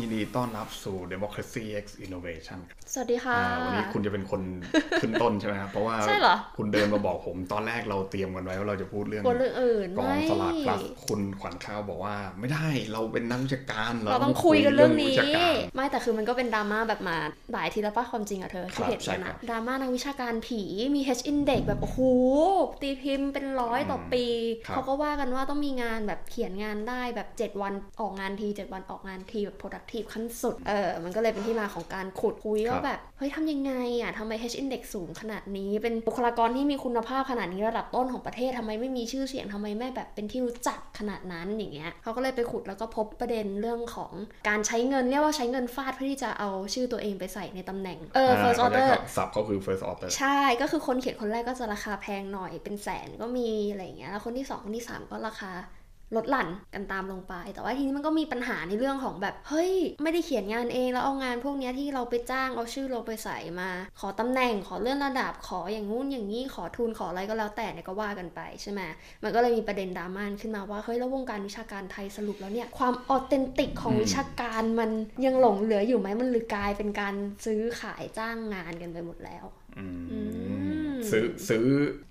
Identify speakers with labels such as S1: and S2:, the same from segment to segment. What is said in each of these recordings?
S1: ยินดีต้อนรับสู่ Democracy X Innovation ครับ
S2: สวัสดีค่ะ
S1: อ่าวันนี้คุณจะเป็นคน ขึ้นต้นใช่ไหมครับ เพราะว่า
S2: ใช่เหรอ
S1: คุณเดินมาบอกผมตอนแรกเราเตรียมกันไว้ว่าเราจะพูดเรื่อง
S2: กลัวเรื่องอื่น
S1: กอง
S2: ไม่
S1: สลากพลัสคุณขวัญข้าวบอกว่า ไม่ได้เราเป็นนักวิชาการ
S2: เราต้องคุยกันเรื่องนี้
S1: วิชาการ
S2: ไม่แต่คือมันก็เป็นดราม่าแบบมาหลายทีแล้วป่ะความจริงอะเธอที่เห็น
S1: ใช่
S2: กัน
S1: ครั
S2: อะ
S1: บ
S2: ดราม่านักวิชาการผีมี H index แบบโอ้โหตีพิมพ์เป็นร้อยต่อปี
S1: ครับ
S2: เขาก็ว่ากันว่าต้องมีงานแบบเขียนงานได้แบบ 7 วันออกงานที 7 วันออกงานทีแบบ productive ขั้นสุดเออมันก็เลยเป็นที่มาของการขุดคุยว่าแบบ เฮ้ยทำยังไงอะทำไม H index สูงขนาดนี้ เป็นบุคลากรที่มีคุณภาพขนาดนี้ระดับต้นของประเทศทำไมไม่มีชื่อเสียงทำไมไม่แบบเป็นที่รู้จักขนาดนั้นอย่างเงี้ยเขาก็เลยไปขุดแล้วก็พบประเด็นเรื่องของการใช้เงินเรียกว่าใช้เงินฟาดเพื่อที่จะเอาชื่อตัวเองไปใส่ในตำแหน่งเออ first
S1: เขาจะ
S2: order
S1: สับเขาคือ first order
S2: ใช่ ก็คือคนเขียนคนแรกก็จะราคาแพงหน่อยเป็นแสนก็มีอะไรอย่างเงี้ย แล้วคนที่สองคนที่สามก็ราคาลดหลั่นกันตามลงไป แต่ว่าทีนี้มันก็มีปัญหาในเรื่องของแบบ เฮ้ย ไม่ได้เขียนงานเอง แล้วเอางานพวกเนี้ยที่เราไปจ้างเอาชื่อเราไปใส่มา ขอตำแหน่ง ขอเลื่อนระดับ ขออย่างงู้นอย่างนี้ ขอทุน ขออะไรก็แล้วแต่เนี่ยก็ว่ากันไปใช่ไหม มันก็เลยมีประเด็นดราม่าขึ้นมาว่า เฮ้ย แล้ววงการวิชาการไทยสรุปแล้วเนี่ย ความออเทนติกของ
S1: อืม
S2: วิชาการมันยังหลงเหลืออยู่ไหม มันหรือกลายเป็นการซื้อขายจ้างงานกันไปหมดแล้ว
S1: อื
S2: อื
S1: ม
S2: ม
S1: ซื้อซื้อ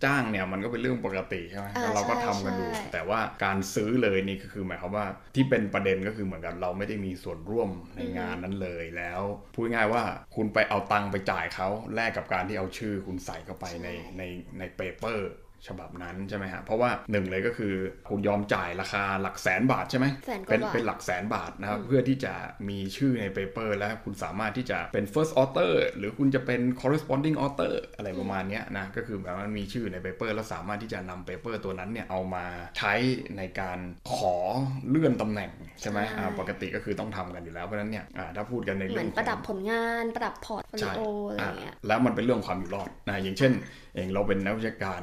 S1: จ้างเนี่ยมันก็เป็นเรื่องปกติใช่ไหม
S2: อ่า
S1: เราก็ทำกันอ
S2: ใช่
S1: ยู่
S2: ใช่
S1: แต่ว่าการซื้อเลยนี่ก็คือหมายความว่าที่เป็นประเด็นก็คือเหมือนกับเราไม่ได้มีส่วนร่วมในงานนั้นเลยแล้วพูดง่ายๆว่าคุณไปเอาตังค์ไปจ่ายเขาแลกกับการที่เอาชื่อคุณใส่เข้าไปในในในเปเปอร์ฉบับนั้นใช่ไหมฮะเพราะว่าหนึ่งเลยก็คือคุณยอมจ่ายราคาหลักแสนบาทใช่ไหม
S2: แสนก
S1: เป็
S2: ว่าน บาท
S1: เป็นหลักแสนบาทนะครับ เพื่อที่จะมีชื่อในเปเปอร์แล้วคุณสามารถที่จะเป็น first author หรือคุณจะเป็น corresponding author อะไรประมาณเนี้ยนะ ก็คือแบบว่ามันมีชื่อในเปเปอร์แล้วสามารถที่จะนำเปเปอร์ตัวนั้นเนี่ย เอามาใช้ในการขอเลื่อนตำแหน่ง ใช่ไหม
S2: ใช่
S1: อ่าปกติก็คือต้องทำกันอยู่แล้ว เพราะฉะนั้นเนี่ยอ่าถ้าพูดกันใน
S2: เห
S1: เรื่
S2: มื
S1: อ
S2: องน
S1: ข
S2: ป
S1: อ
S2: ระดับ
S1: ง
S2: ผลงานประดับพอร์ตโฟลิ
S1: ใช่
S2: โออะไรอย่างเงี้ย
S1: อ่ะแล้วมันเป็นเรื่องความอยู่รอดนะอย่างเช่นเองเราเป็นนักวิชาการ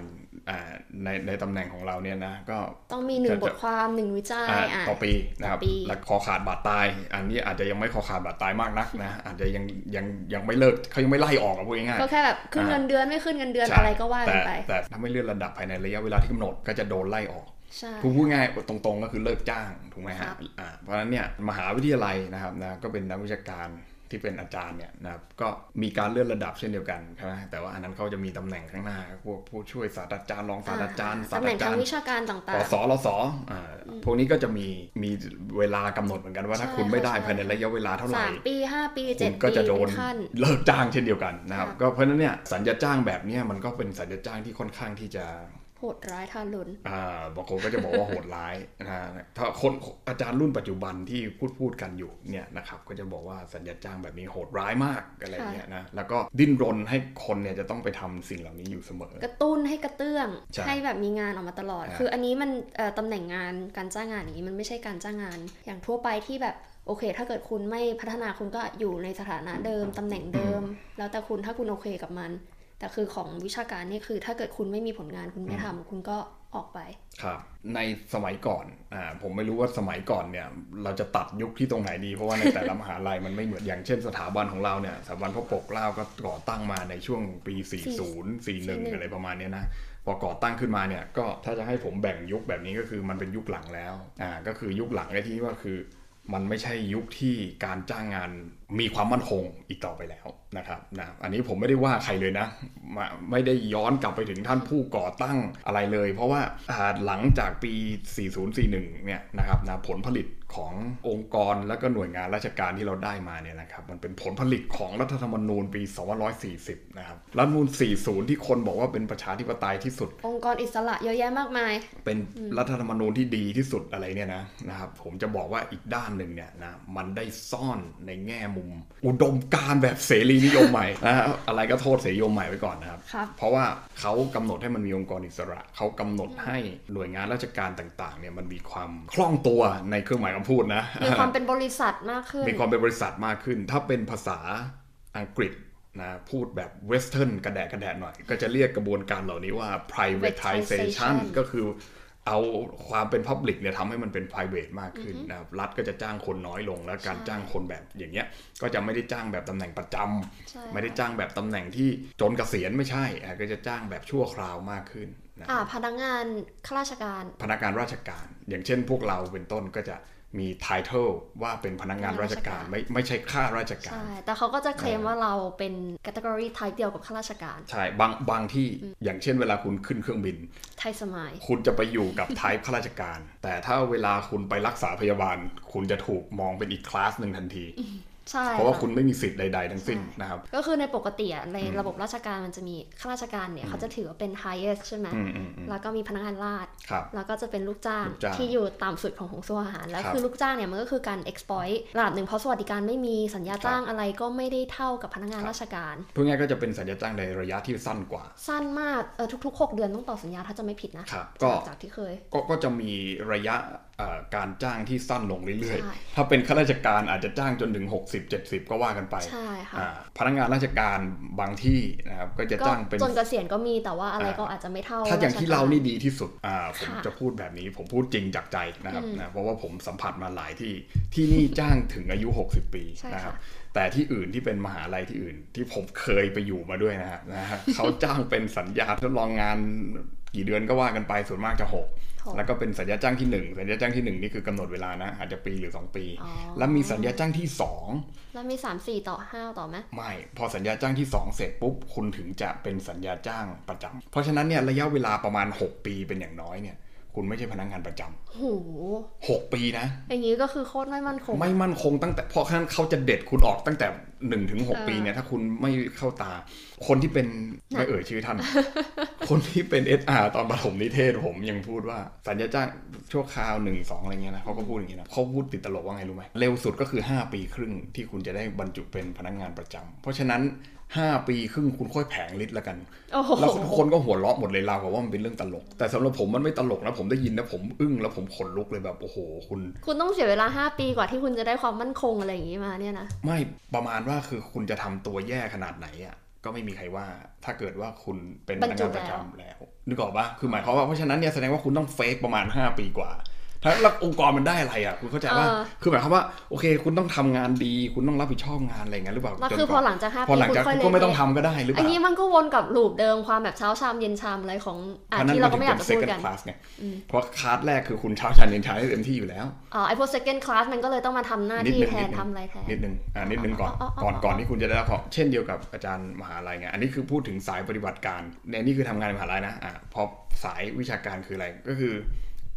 S1: อ่าในในตำแหน่งของเราเนี่ยนะก็
S2: ต้องมีหนึ่ง
S1: จะ
S2: บทความหนึ่งวิจัย
S1: อ่ะ
S2: อ่ะ
S1: ต่อปีนะครับ
S2: ต่อปี
S1: แล้วคอขาดบาดตาย อันนี้อาจจะยังไม่คอขาดบาดตายมากนักนะ อาจจะยังยังยังไม่เลิกเขายังไม่ไล่ออกอะพูดง่ายๆ
S2: ก็แค่แบบขึ้น
S1: อ่ะ
S2: เงินเดือนไม่ขึ้นเงินเดือน
S1: ใช่
S2: อะไรก็ว่ากันไป
S1: แต่แต่ถ้าไม่เลื่อนระดับภายในระยะเวลาที่กำหนดก็จะโดนไล่ออก
S2: ใช่
S1: พูดง่ายๆตรงๆก็คือเลิกจ้างถูกไหม
S2: ครั
S1: ฮะ
S2: บ
S1: อ่าเพราะฉะนั้นเนี่ยมหาวิทยาลัยนะครับนะก็เป็นนักวิชาการที่เป็นอาจารย์เนี่ยนะครับก็มีการเลื่อนระดับเช่นเดียวกันใช่ไหมแต่ว่าอันนั้นเขาจะมีตำแหน่งข้างหน้าพวกผู้ช่วยศาสตราจารย์รองศาสตราจารย์ศาสต
S2: ตำแหน่ง
S1: ราจา
S2: ทาง
S1: รย์
S2: วิชาการต่า
S1: ป
S2: ง
S1: สรสอ่าพวกนี้ก็จะมีมีเวลากำหนดเหมือนกันว่าถ้า
S2: ใช่
S1: คุณไม่ได้
S2: ใช่
S1: ภายในระยะเวลาเท่า
S2: ๆ
S1: ไหร่
S2: สามปีห้าปี
S1: คุ
S2: เจ็ด
S1: ณ
S2: ปี
S1: ก็จะโดน
S2: เป็นขั้น
S1: เลิกจ้างเช่นเดียวกันนะครับ
S2: ครับ
S1: ก็เพราะฉะนั้นเนี่ยสัญญาจ้างแบบเนี้ยมันก็เป็นสัญญาจ้างที่ค่อนข้างที่จะ
S2: โหดร้ายทารุณ
S1: อ่าบางคนก็จะบอกว่า โหดร้ายนะฮะถ้าคนอาจารย์รุ่นปัจจุบันที่พูดพูดกันอยู่เนี่ยนะครับก็จะบอกว่าสัญญาจ้างแบบนี้โหดร้ายมากอะไรอย่างเงี้ยนะแล้วก็ดิ้นรนให้คนเนี่ยจะต้องไปทำสิ่งเหล่านี้อยู่เสมอ
S2: กระตุ้นให้กระเตื้อง
S1: ใช่
S2: แบบมีงานออกมาตลอด
S1: อ่ะ
S2: คืออันนี้มันเอ่อตำแหน่งงานการจ้างงานอย่างนี้มันไม่ใช่การจ้างงาน อย่างทั่วไปที่แบบโอเค ถ้าเกิดคุณไม่พัฒนาคุณก็อยู่ในสถานะเดิมตำแหน่งเดิม แล้วแต่คุณถ้าคุณโอเคกับมัน แต่คือของวิชาการนี่คือ ถ้าเกิดคุณไม่มีผลงานคุณไม่
S1: อืม
S2: ทำคุณก็ออกไป
S1: ครับในสมัยก่อนอ่าผมไม่รู้ว่าสมัยก่อนเนี่ยเราจะตัดยุคที่ตรงไหนดี เพราะว่าในแต่ละ มหาลัยมันไม่เหมือน อย่างเช่นสถาบันของเราเนี่ยสถาบันพระปกเกล้าก็ก่อตั้งมาในช่วงปี 40 41
S2: 41
S1: อะไรประมาณเนี้ยนะพอก่อตั้งขึ้นมาเนี่ยก็ถ้าจะให้ผมแบ่งยุคแบบนี้ก็คือมันเป็นยุคหลังแล้วอ่าก็คือยุคหลังไอ้ที่ว่าคือ มันไม่ใช่ยุคที่การจ้างงานมีความมั่นคงอีกต่อไปแล้วนะครับนะอันนี้ผมไม่ได้ว่าใครเลยนะมาไม่ได้ย้อนกลับไปถึงท่านผู้ก่อตั้งอะไรเลย เพราะว่าอ่าหลังจากปี 4041 เนี่ยนะครับนะผลผลิตขององค์กรและก็หน่วยงานราชการที่เราได้มาเนี่ยนะครับมันเป็นผลผลิตของรัฐธรรมนูญปี2540 นะครับรัฐธรรมนูญ40 ที่คนบอกว่าเป็นประชาธิปไตยที่สุด
S2: องค์กรอิสระเยอะแยะมาก มาย
S1: เป็นรัฐธรรมนูญที่ดีที่สุดอะไรเนี่ยนะนะครับผมจะบอกว่าอีกด้านหนึ่งเนี่ยนะมันได้ซ่อนในแง่มุม อุดมการณ์แบบเสรีนิยมใหม่ นะฮะอะไรก็โทษเสรีนิยมใหม่ไว้ก่อนนะครับ
S2: ครับ
S1: เพราะว่าเขากำหนดให้มันมีองค์กรอิสระ เขากำหนดให้หน่วยงานราชการต่างๆเนี่ยมันมีความคล่องตัวในเครื่องหมายคำพูดนะ
S2: มีความเป็นบริษัทมากขึ้น
S1: มีความเป็นบริษัทมากขึ้น ถ้าเป็นภาษาอังกฤษนะพูดแบบเวสเทิร์นกระแดะกระแดะหน่อย ก็จะเรียกกระบวนการเหล่านี้ว่า privatization
S2: privatization
S1: ก็คือเอาความเป็น Public เนี่ยทำให้มันเป็น private มากขึ้นนะครับรัฐก็จะจ้างคนน้อยลง และการ
S2: ใช่
S1: จ้างคนแบบอย่างเงี้ยก็จะไม่ได้จ้างแบบตำแหน่งประจ
S2: ใช่
S1: ำไม่ได้จ้างแบบตำแหน่งที่จนเกษียณไม่ใช่อ่ะก็จะจ้างแบบชั่วคราวมากขึ้นนะ
S2: อ่าพนักงานข้าราชการ
S1: พนักงานราชการ อย่างเช่นพวกเราเป็นต้นก็จะ มีไททลว่าเป็นพนักงานราชการ
S2: พนักงานราชการ
S1: ไม่ไม่ใช่ข้าราชการ
S2: ใช่ แต่เขาก็จะเคลมว่าเราเป็น category ไทยเดียวกับข้าราชการ
S1: ใช่บางบางที่อย่างเช่นเวลาคุณขึ้นเครื่องบิน
S2: ไทยสมัย
S1: คุณจะไปอยู่กับ ไทป์ข้าราชการ แต่ถ้าเวลาคุณไปรักษาพยาบาล คุณจะถูกมองเป็นอีกคลาสหนึ่งทันที
S2: ใช่
S1: เพราะว่า
S2: ค่ะ
S1: คุณไม่มีสิทธิ์ใด ๆ ทั้งสิ้น
S2: ใช่
S1: นะครับ
S2: ก็คือในปกติอะในระบบราชการมันจะมีข้าราชการเนี่ยเขาจะถือว่าเป็น highest ใช่ไหม
S1: อืมอืมอืม
S2: แล้วก็มีพนักงานราช
S1: ครับ
S2: แล้วก็จะเป็นลูกจ้าง
S1: ลูกจ้าง
S2: ที่อยู่ต่ำสุดของของส่วนอาหาร แล้ว
S1: ครับ
S2: คือลูกจ้างเนี่ยมันก็คือการ exploit ระดับหนึ่งเพราะสวัสดิการไม่มีสัญญาจ้างอะไรก็ไม่ได้เท่ากับพนักงา
S1: ค
S2: น
S1: รับ
S2: ราชการ
S1: เพื่อง่ายก็จะเป็นสัญญาจ้างในระยะที่สั้นกว่า
S2: สั้นมากเออทุกๆ 6 เดือนต้องต่อสัญญาถ้าจะไม่ผิดนะครับ
S1: ก็
S2: จากจากที่เคย
S1: ก็ก็จะมีระยะเอ่อการจ้างที่สั้นลงเรื่อย
S2: ใช่
S1: ๆ ถ้าเป็นข้าราชการอาจจะจ้างจนถึง 60 70 ก็ว่ากันไป
S2: ใช่ค่ะ
S1: อ่าพนักงานราชการบางที่นะครับก็จะ
S2: ก็
S1: จ้างเป็น
S2: จนเกษียณก็มีแต่ว่าอะไร
S1: อ่า
S2: ก็อาจจะไม่เท่า
S1: ถ้าอย่างที่เรา
S2: ชก
S1: นี่ดีที่สุดอ่าผม
S2: ค่ะ
S1: จะพูดแบบนี้ผมพูดจริงจากใจนะครับ
S2: อืม
S1: นะเพราะว่าผมสัมผัสมาหลายที่ที่นี่จ้างถึงอายุ 60 ปี
S2: ใช่ค่ะ
S1: นะครับแต่ที่อื่นที่เป็นมหาลัยที่อื่น ที่ผมเคยไปอยู่มาด้วยนะฮะนะฮะ เขาจ้างเป็นสัญญาทดลองงานกี่เดือนก็ว่ากันไปส่วนมากจะหก
S2: ของ
S1: แล้วก็เป็นสัญญาจ้างที่ 1 สัญญาจ้างที่ 1 นี่คือกำหนดเวลานะ อาจจะปีหรือ 2 ปี
S2: อ๋อ
S1: แล้วมีสัญญาจ้างที่
S2: แล้วมี 3 4 ต่อ 5 ต่อไหม
S1: 2 ไม่ พอสัญญาจ้างที่ 2 เสร็จปุ๊บ คุณถึงจะเป็นสัญญาจ้างประจำเพราะฉะนั้นเนี่ยระยะเวลาประมาณ 6 ปีเป็นอย่างน้อยเนี่ย คุณไม่ใช่พนักงานประจำ
S2: โห
S1: 6 ปีนะ
S2: อย่างนี้ก็คือโคตรไม่มั่นคง
S1: ไม่มั่นคงตั้งแต่เพราะฉะนั้นเขาจะเด็ดคุณออกตั้งแต่1นถึงห
S2: เออ
S1: ปีเนี่ยถ้าคุณไม่เข้าตา คนที่เป็น
S2: น่ะ
S1: ไม่เอ่ยชื่อท่าน คนที่เป็น SR ตอนปฐมนิเทศผมยังพูดว่าสัญญาจ้างชั่วคราว1นึอะไรเงี้ยนะเขาก็พูดอย่างนี้นะเขาพูดติดตลกว่าไงรู้ไหมเร็วสุดก็คือ 5 ปีครึ่งที่คุณจะได้บรรจุเป็นพนักงานประจำเพราะฉะนั้น 5 ปีครึ่งคุณค่อยแผงลิตรละกัน
S2: โอ้โห
S1: แล้วทุกคนก็หัวเราะหมดเลยราวกับว่ามันเป็นเรื่องตลก แต่สำหรับผมมันไม่ตลกนะผมได้ยินนะผมอึ้งแล้วผมขนลุกเลยแบบโอ้โหคุณ
S2: คุณต้องเสียเวลา 5 ปีกว่าที่คุณจะได้ความมั่นคงอะไรอย่างนี้มาเนี่ยนะ
S1: ไม่ประมาณว่าคือคุณจะทำตัวแย่ขนาดไหนอ่ะก็ไม่มีใครว่าถ้าเกิดว่าคุณเป็นพนักงานประจำแล้วนึกออกปะคือหมายความว่าเพราะฉะนั้นเนี่ยแสดงว่าคุณต้องเฟกประมาณ 5 ปีกว่าถ้าแล้วองค์กรมันได้อะไรอ่ะคุณเข้าใจว่า
S2: เออ
S1: คือหมายความว่าโอเค คุณต้องทำงานดี คุณต้องรับผิดชอบงานอะไรอย่างเงี้ยหรือเปล่า
S2: แล้ว
S1: จน
S2: คือก พอ
S1: ว่า
S2: หลังจาก 5
S1: พอ
S2: ปี
S1: หลัง
S2: คุณ
S1: จาก
S2: ค่อยเลิ
S1: ก็
S2: ก
S1: ไม่ต้อง
S2: เ
S1: ทำก็ได้หรือเป
S2: อัน
S1: ล่า
S2: นี้มันก็วนกับลูปเดิมความแบบเช้าชามเย็นชามอะไรของอ่ะ
S1: อันนั้น
S2: ที่
S1: มันถึ
S2: เราก็
S1: ง
S2: ไม่อ
S1: เป็
S2: ยาก
S1: น
S2: จะพูด
S1: second
S2: กัน
S1: class ไง
S2: อืม
S1: เพราะคลาสแรกคือคุณเช้าชันเย็นชาได้เต็มที่อยู่แล้ว
S2: อ๋อไอพวก second class มันก็เลยต้องมาทำหน้าที่แทนทำอะไรแทน
S1: นิดนึงอ่านิดนึงก่อน
S2: อ๋ออ๋ออ๋อ
S1: ก่อน ก่อนที่คุณจะได้รับของเช่นเดียวกับอาจารย์มหาลัยไง อันนี้คือพูดถึงสายปฏิบัติการในนี่คือทำงานในมหาลัยนะ อ่าพอสายวิชาการคืออะไร ก็คือ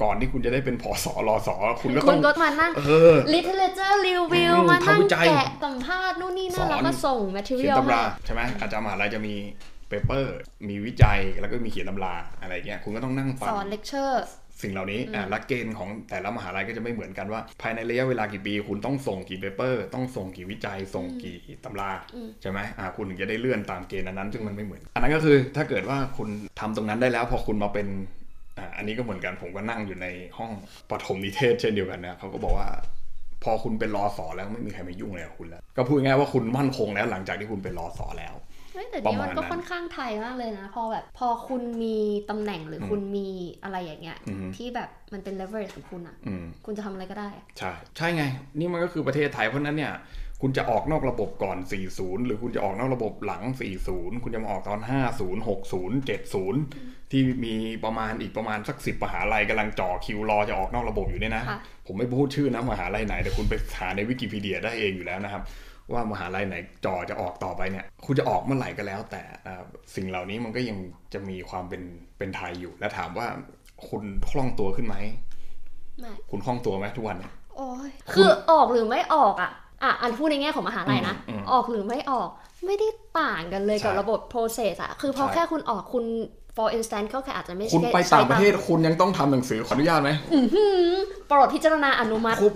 S1: ก่อนที่คุณจะได้เป็นผอสอรอสอคุณก็
S2: คุ
S1: ต้อ
S2: ณ
S1: ง
S2: ก็มานั่ง
S1: เออ
S2: literature review
S1: อืม
S2: มานั่ง
S1: ทำวิจัย
S2: แกะสัมภาษณ์นู่นนี่นั่น
S1: สอน
S2: แล้วก็ส่ง
S1: เขีย
S2: material
S1: นตำรา
S2: ให้
S1: ใช่ไหมอาจารย์มหาลัยจะมีเปเปอร์ มีวิจัย แล้วก็มีเขียนตำราอะไรเงี้ย คุณก็ต้องนั่งฟั
S2: ส
S1: ง
S2: อน lecture
S1: สิ่งเหล่านี้อ่ะหลักเกณฑ์ของแต่ละมหาลัยก็จะไม่เหมือนกันว่า ภายในระยะเวลากี่ปี คุณต้องส่งกี่เปเปอร์ ต้องส่งกี่วิจัย ส่งกี่ตำรา
S2: อืม
S1: ใช่ไหมอ่ะคุณถึงจะได้เลื่อนตามเกณฑ์อันนั้นซึ่งมันไม่เหมือน อันนั้นก็คือถ้าเกิดว่าคุณทำตรงนั้นได้แล้ว พอคุณมาเป็นอ่ะอันนี้ก็เหมือนกันผมก็นั่งอยู่ในห้องปฐมนิเทศเช่นเดียวกันนะเขาก็บอกว่า พอคุณเป็นรอสอแล้วไม่มีใครมายุ่งเลยกับคุณแล้ว ก็พูดง่ายๆว่าคุณมั่นคงแล้วหลังจากที่คุณเป็นรอสอแล้ว
S2: เฮ้ยแต่
S1: ประ
S2: นี่
S1: มาณ
S2: มันก็
S1: นั้น
S2: ค่อนข้างไทยมากเลยนะ พอแบบพอคุณมีตำแหน่งหรืออ
S1: ม
S2: คุณมีอะไรอย่างเงี้ย
S1: อือฮึ
S2: ที่แบบมันเป็น leverage ของคุณอ่ะ
S1: อืม
S2: คุณจะทำอะไรก็ได้อะ
S1: ใช่ ใช่ไง นี่มันก็คือประเทศไทยเพราะฉะนั้นเนี่ย คุณจะออกนอกระบบก่อน 40 หรือคุณจะออกนอกระบบหลัง 40 คุณจะมาออกตอน 50 60 70 ที่มีประมาณอีกประมาณสัก 10 มหาลัยกำลังจ่อคิวรอจะออกนอกระบบอยู่เนี่ยนะ
S2: ค่ะ
S1: ผมไม่พูดชื่อนะมหาลัยไหนแต่คุณไปหาในวิกิพีเดียได้เองอยู่แล้วนะครับ ว่ามหาลัยไหนจ่อจะออกต่อไปเนี่ย คุณจะออกเมื่อไหร่ก็แล้วแต่นะครับสิ่งเหล่านี้มันก็ยังจะมีความเป็นเป็นไทยอยู่ และถามว่าคุณคล่องตัวขึ้นไหม
S2: ไม่
S1: คุณคล่องตัวไหมทุกวันเนี่ย
S2: โอ้ยคือออกหรือไม่ออกอ่ะอ่ะอันพูดในแง่ของมหาลัยนะ
S1: อืมอืม
S2: ออกหรือไม่ออกไม่ได้ต่างกันเลยกับ
S1: ใช่
S2: ระบบ process อ่ะ คือพอ
S1: ใช่
S2: แค่คุณออกคุณ for instance ก็แค่อาจจะไม่ใช่
S1: คุณไป
S2: ใช้
S1: ต่างประเทศคุณยังต้องทำหนังสือขออนุญาตไหม
S2: โปรดพิจารณาอนุมัติ
S1: ครบ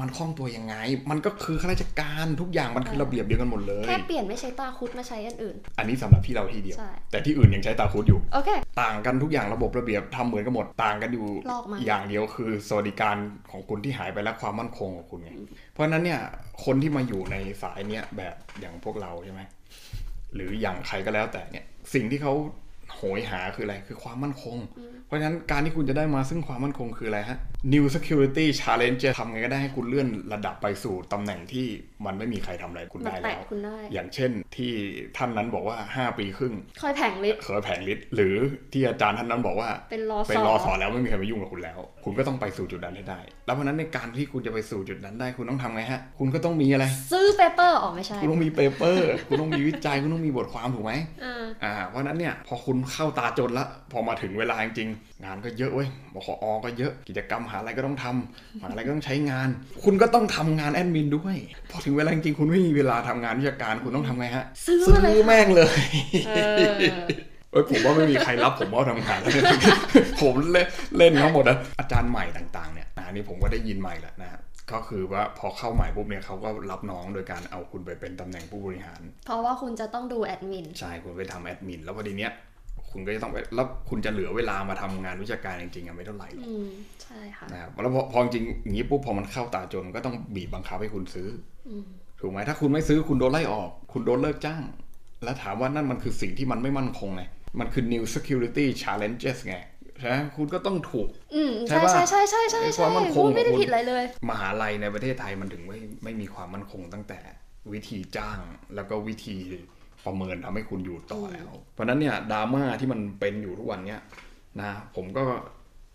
S1: มันคล่องตัวยังไง มันก็คือข้าราชการทุกอย่างมันคือระเบียบเดียวกันหมดเลย
S2: แค่เปลี่ยนไม่ใช้ตาคุดมาใช้อันอื่น
S1: อันนี้สำหรับที่เราที่เดียว
S2: ใช่
S1: แต่ที่อื่นยังใช้ตาคูดอยู่
S2: โอเค
S1: ต่างกันทุกอย่างระบบระเบียบทำเหมือนกันหมดต่างกันอยู่
S2: ลอกมา
S1: อย่างเดียวคือสวัสดิการของคุณที่หายไปและความมั่นคงของคุณไงเพราะฉะนั้นเนี่ยคนที่มาอยู่ในสายเนี้ยแบบอย่างพวกเราใช่ไหมหรืออย่างใครก็แล้วแต่เนี่ยสิ่งที่เขา โหยหาคืออะไรคือความมั่นคง เพราะฉะนั้นการที่คุณจะได้มาซึ่งความมั่นคงคืออะไรฮะ New Security Challenge จะทำไงก็ได้ให้คุณเลื่อนระดับไปสู่ตำแหน่งที่มันไม่มีใครทำอะไรคุณ
S2: มัน
S1: ได้
S2: แตะ
S1: แล้ว
S2: คุณได้
S1: อย่างเช่นที่ท่านนั้นบอกว่าห้า5 ปีครึ่ง
S2: คอยแผงฤทธิ์
S1: เคยแผงลิตหรือที่อาจารย์ท่านนั้นบอกว่า
S2: เป็นรอ
S1: ไป
S2: สอ
S1: รอสอนแล้วไม่มีใครมายุ่งกับคุณแล้ว คุณก็ต้องไปสู่จุดนั้นให้ได้ แล้วเพราะฉะนั้นในการที่คุณจะไปสู่จุดนั้นได้คุณต้องทำไงฮะ คุณก็ต้องมีอะไร
S2: ซื้อเปเปอร์ออกไม่ใช่
S1: คุณต้องมีเปเปอร์ คุณต้องมีวิจัย คุณต้องมีบทความถูกไหม
S2: อ่า
S1: อ่าเพราะฉะนั้นเนี่ยพอคุณเข้าตาจนละ พอมาถึงเวลาจริงๆงานก็เยอะเว้ยบขออก็เยอะ กิจกรรมหาอะไรก็ต้องทำหาอะไรก็ต้องใช้งาน คุณก็ต้องทำงานแอดมินด้วย พอถึงเวลาจริงๆคุณไม่มีเวลาทำงานวิชาการคุณต้องทำไงฮะ
S2: ซื้อ
S1: ซื้
S2: มาเลย
S1: อแม่งเลย
S2: เออ
S1: เอ้ยผมว่าไม่มีใครรับผมว่าทำงานแล้ว นะ ผมเล่นเล่นทั้งหมดนะอาจารย์ใหม่ต่างๆเนี่ยนะอันนี่ผมก็ได้ยินใหม่แหละนะฮะก็คือว่าพอเข้าใหม่ปุ๊บเนี่ยเขาก็รับน้องโดยการเอาคุณไปเป็นตำแหน่งผู้บริหาร
S2: เพราะว่าคุณจะต้องดูแอดมิน
S1: ใช่คุณไปทำแอดมินแล้วพอดีเนี้ยคุณก็จะต้องไปแล้วคุณจะเหลือเวลามาทำงานวิชาการจริงๆอะไม่เท่าไหร่หรอก
S2: อืม ใช่ค่ะ
S1: นะครับแล้วพอพอจริงๆอย่างนี้ปุ๊บพอมันเข้าตาจนมันก็ต้องบีบบังคับให้คุณซื้อ
S2: อืม
S1: ถูกไหมถ้าคุณไม่ซื้อคุณโดนไล่ออก คุณโดนเลิกจ้าง แล้วถามว่านั่นมันคือสิ่งที่มันไม่มั่นคงไงมันคือ new security challenges ไงใช่ไหมคุณก็ต้องถูก
S2: อืม
S1: ใช่
S2: ใช่
S1: ปะ
S2: ใช่ใช่ใช่ใช่
S1: ไอ้ค
S2: ใช่
S1: วามมั่นคง
S2: พูดไม่ได้
S1: ของคุณ
S2: ผิดอะไรเลย
S1: มหาลัยในประเทศไทยมันถึงไม่ไม่มีความมั่นคงตั้งแต่วิธีจ้างแล้วก็วิธีประเมินทำให้คุณอยู่ต่อแล้ว เพราะฉะนั้นเนี่ยดราม่าที่มันเป็นอยู่ทุกวันเนี่ยนะผมก็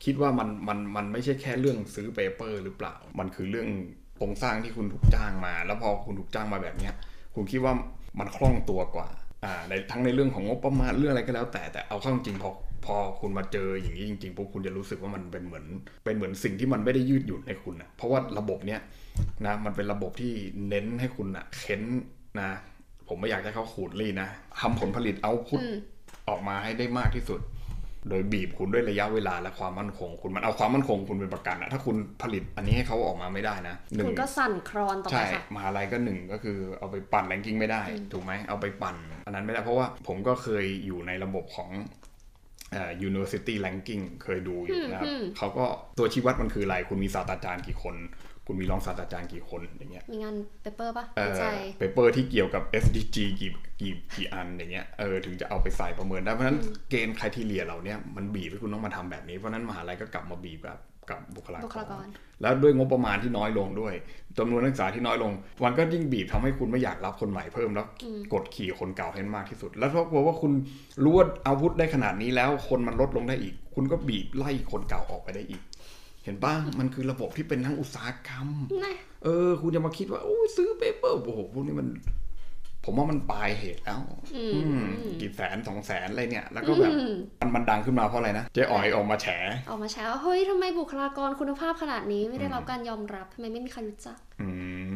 S1: คิดว่ามันมันมันไม่ใช่แค่เรื่องซื้อเปเปอร์หรือเปล่า มันคือเรื่องโครงสร้างที่คุณถูกจ้างมา แล้วพอคุณถูกจ้างมาแบบเนี้ยคุณคิดว่ามันคล่องตัวกว่าอ่าในทั้งในเรื่องของงบประมาณเรื่องอะไรก็แล้ว แต่แต่เอาเข้าจริงพอพอคุณมาเจออย่างนี้จริงๆปุ๊บคุณจะรู้สึกว่ามันเป็นเหมือน เป็นเหมือนสิ่งที่มันไม่ได้ยืดหยุ่นให้คุณนะเพราะว่าระบบเนี้ยนะมันเป็นระบบที่เน้นให้คุณนะเค้นนะ ผมไม่อยากให้เขาขูดรีดนะทำผลผลิตเอาพุท
S2: อืม
S1: ออกมาให้ได้มากที่สุด โดยบีบคุณด้วยระยะเวลาและความมั่นคง คุณมันเอาความมั่นคงคุณเป็นประกันอะถ้าคุณผลิตอันนี้ให้เขาออกมาไม่ได้นะหนึ่ง
S2: คุณก็สั่นคลอนต่อ
S1: ใช่
S2: ไปค่ะ
S1: มหาลัยก็หนึ่งก็คือเอาไปปั่นแรงกิ้งไม่ได้ ถูกไหมเอาไปปั่น อันนั้นไม่ได้เพราะว่าผมก็เคยอยู่ในระบบของเอ่อ university ranking เคยดูอยู่นะครับ
S2: อืมอืม
S1: เขาก็ตัวชี้วัดมันคืออะไร คุณมีศาสตราจารย์กี่คน คุณมีรองศาสตราจารย์กี่คนอย่างเงี้ย
S2: มีงานเปเปอร์ปะ
S1: เอ่
S2: วิ
S1: อ
S2: จัย
S1: เปเปอร์ที่เกี่ยวกับ SDG กี่กี่กี่อันอย่างเงี้ยเออถึงจะเอาไปใส่ประเมินได้เพราะฉะนั้นเกณฑ์ค r i ทีเรียเราเนี่ยมันบีบให้คุณต้องมาทำแบบนี้เพราะฉะนั้นมหาลัยก็กลับมาบีบกับกับบุคลา
S2: บุค
S1: ก
S2: ลาก
S1: ร
S2: ร
S1: แล้วด้วยงบประมาณที่น้อยลงด้วยจำนวนนักศึกษาที่น้อยลง มันก็ยิ่งบีบทำให้คุณไม่อยากรับคนใหม่เพิ่มแล้ว
S2: อืม
S1: กดขี่คนเก่าให้มากที่สุด แล้วเพราะกลัวว่าคุณรู้ว่าอาวุธได้ขนาดนี้แล้ว คนมันลดลงได้อีก คุณก็บีบไล่คนเก่าออกไปได้อีก เห็นป่ะมันคือระบบที่เป็นทั้งอุตสาหกรรม
S2: นะ
S1: เออ คุณจะมาคิดว่าโอ้ยซื้อเปเปอร์โอ้โหพวกนี้มัน ผมว่ามันปลายเหตุแล้ว
S2: อื
S1: อื
S2: ม
S1: มกี่แสนสองแสนอะไรเนี่ย แล้วก็แบบ
S2: อืม
S1: มันมันดังขึ้นมาเพราะอะไรนะเจ๊อ๋อยออกมาแฉ
S2: ออกมาแชร์ว่าเฮ้ยทำไมบุคลากรคุณภาพขนาดนี้ไม่ได้รับการยอมรับทำไมไม่มีใครรู้จัก
S1: อื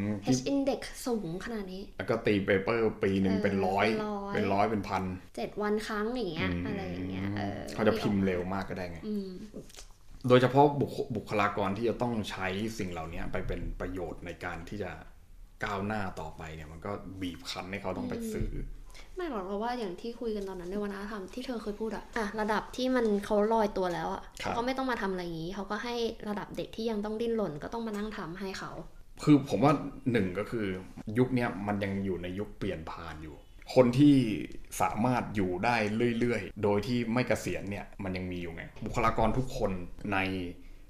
S1: ม
S2: H index สูงขนาดนี้
S1: แล้วก็ตีเปเปอร์ปีหนึ่ง
S2: เออ
S1: เป็นร้อย
S2: เป็นร้อย
S1: เป็นร้อยเป็นพัน
S2: เจ็ดวันครั้งอย่างเงี้ยอะไรอย่างเงี้ยเออ
S1: เขาจะพิมพ์เร็วมากก็ได้ไง
S2: อืม
S1: โดยเฉพาะบุคบุคลากรที่จะต้องใช้สิ่งเหล่านี้ไปเป็นประโยชน์ในการที่จะก้าวหน้าต่อไปเนี่ย มันก็บีบคั้นให้เขาต้องไปซื้อ
S2: ไม่หรอกเราว่าอย่างที่คุยกันตอนนั้นในวัฒนธรรมที่เธอเคยพูดอะอะระดับที่มันเขาลอยตัวแล้วอะ
S1: ครับ
S2: เขาก็ไม่ต้องมาทำอะไรอย่างนี้ เขาก็ให้ระดับเด็กที่ยังต้องดิ้นรนก็ต้องมานั่งทำให้เขา
S1: คือผมว่าหนึ่งก็คือยุคเนี้ยมันยังอยู่ในยุคเปลี่ยนผ่านอยู่ คนที่สามารถอยู่ได้เรื่อยๆ โดยที่ไม่เกษียณเนี่ยมันยังมีอยู่ไง บุคลากรทุกคนใน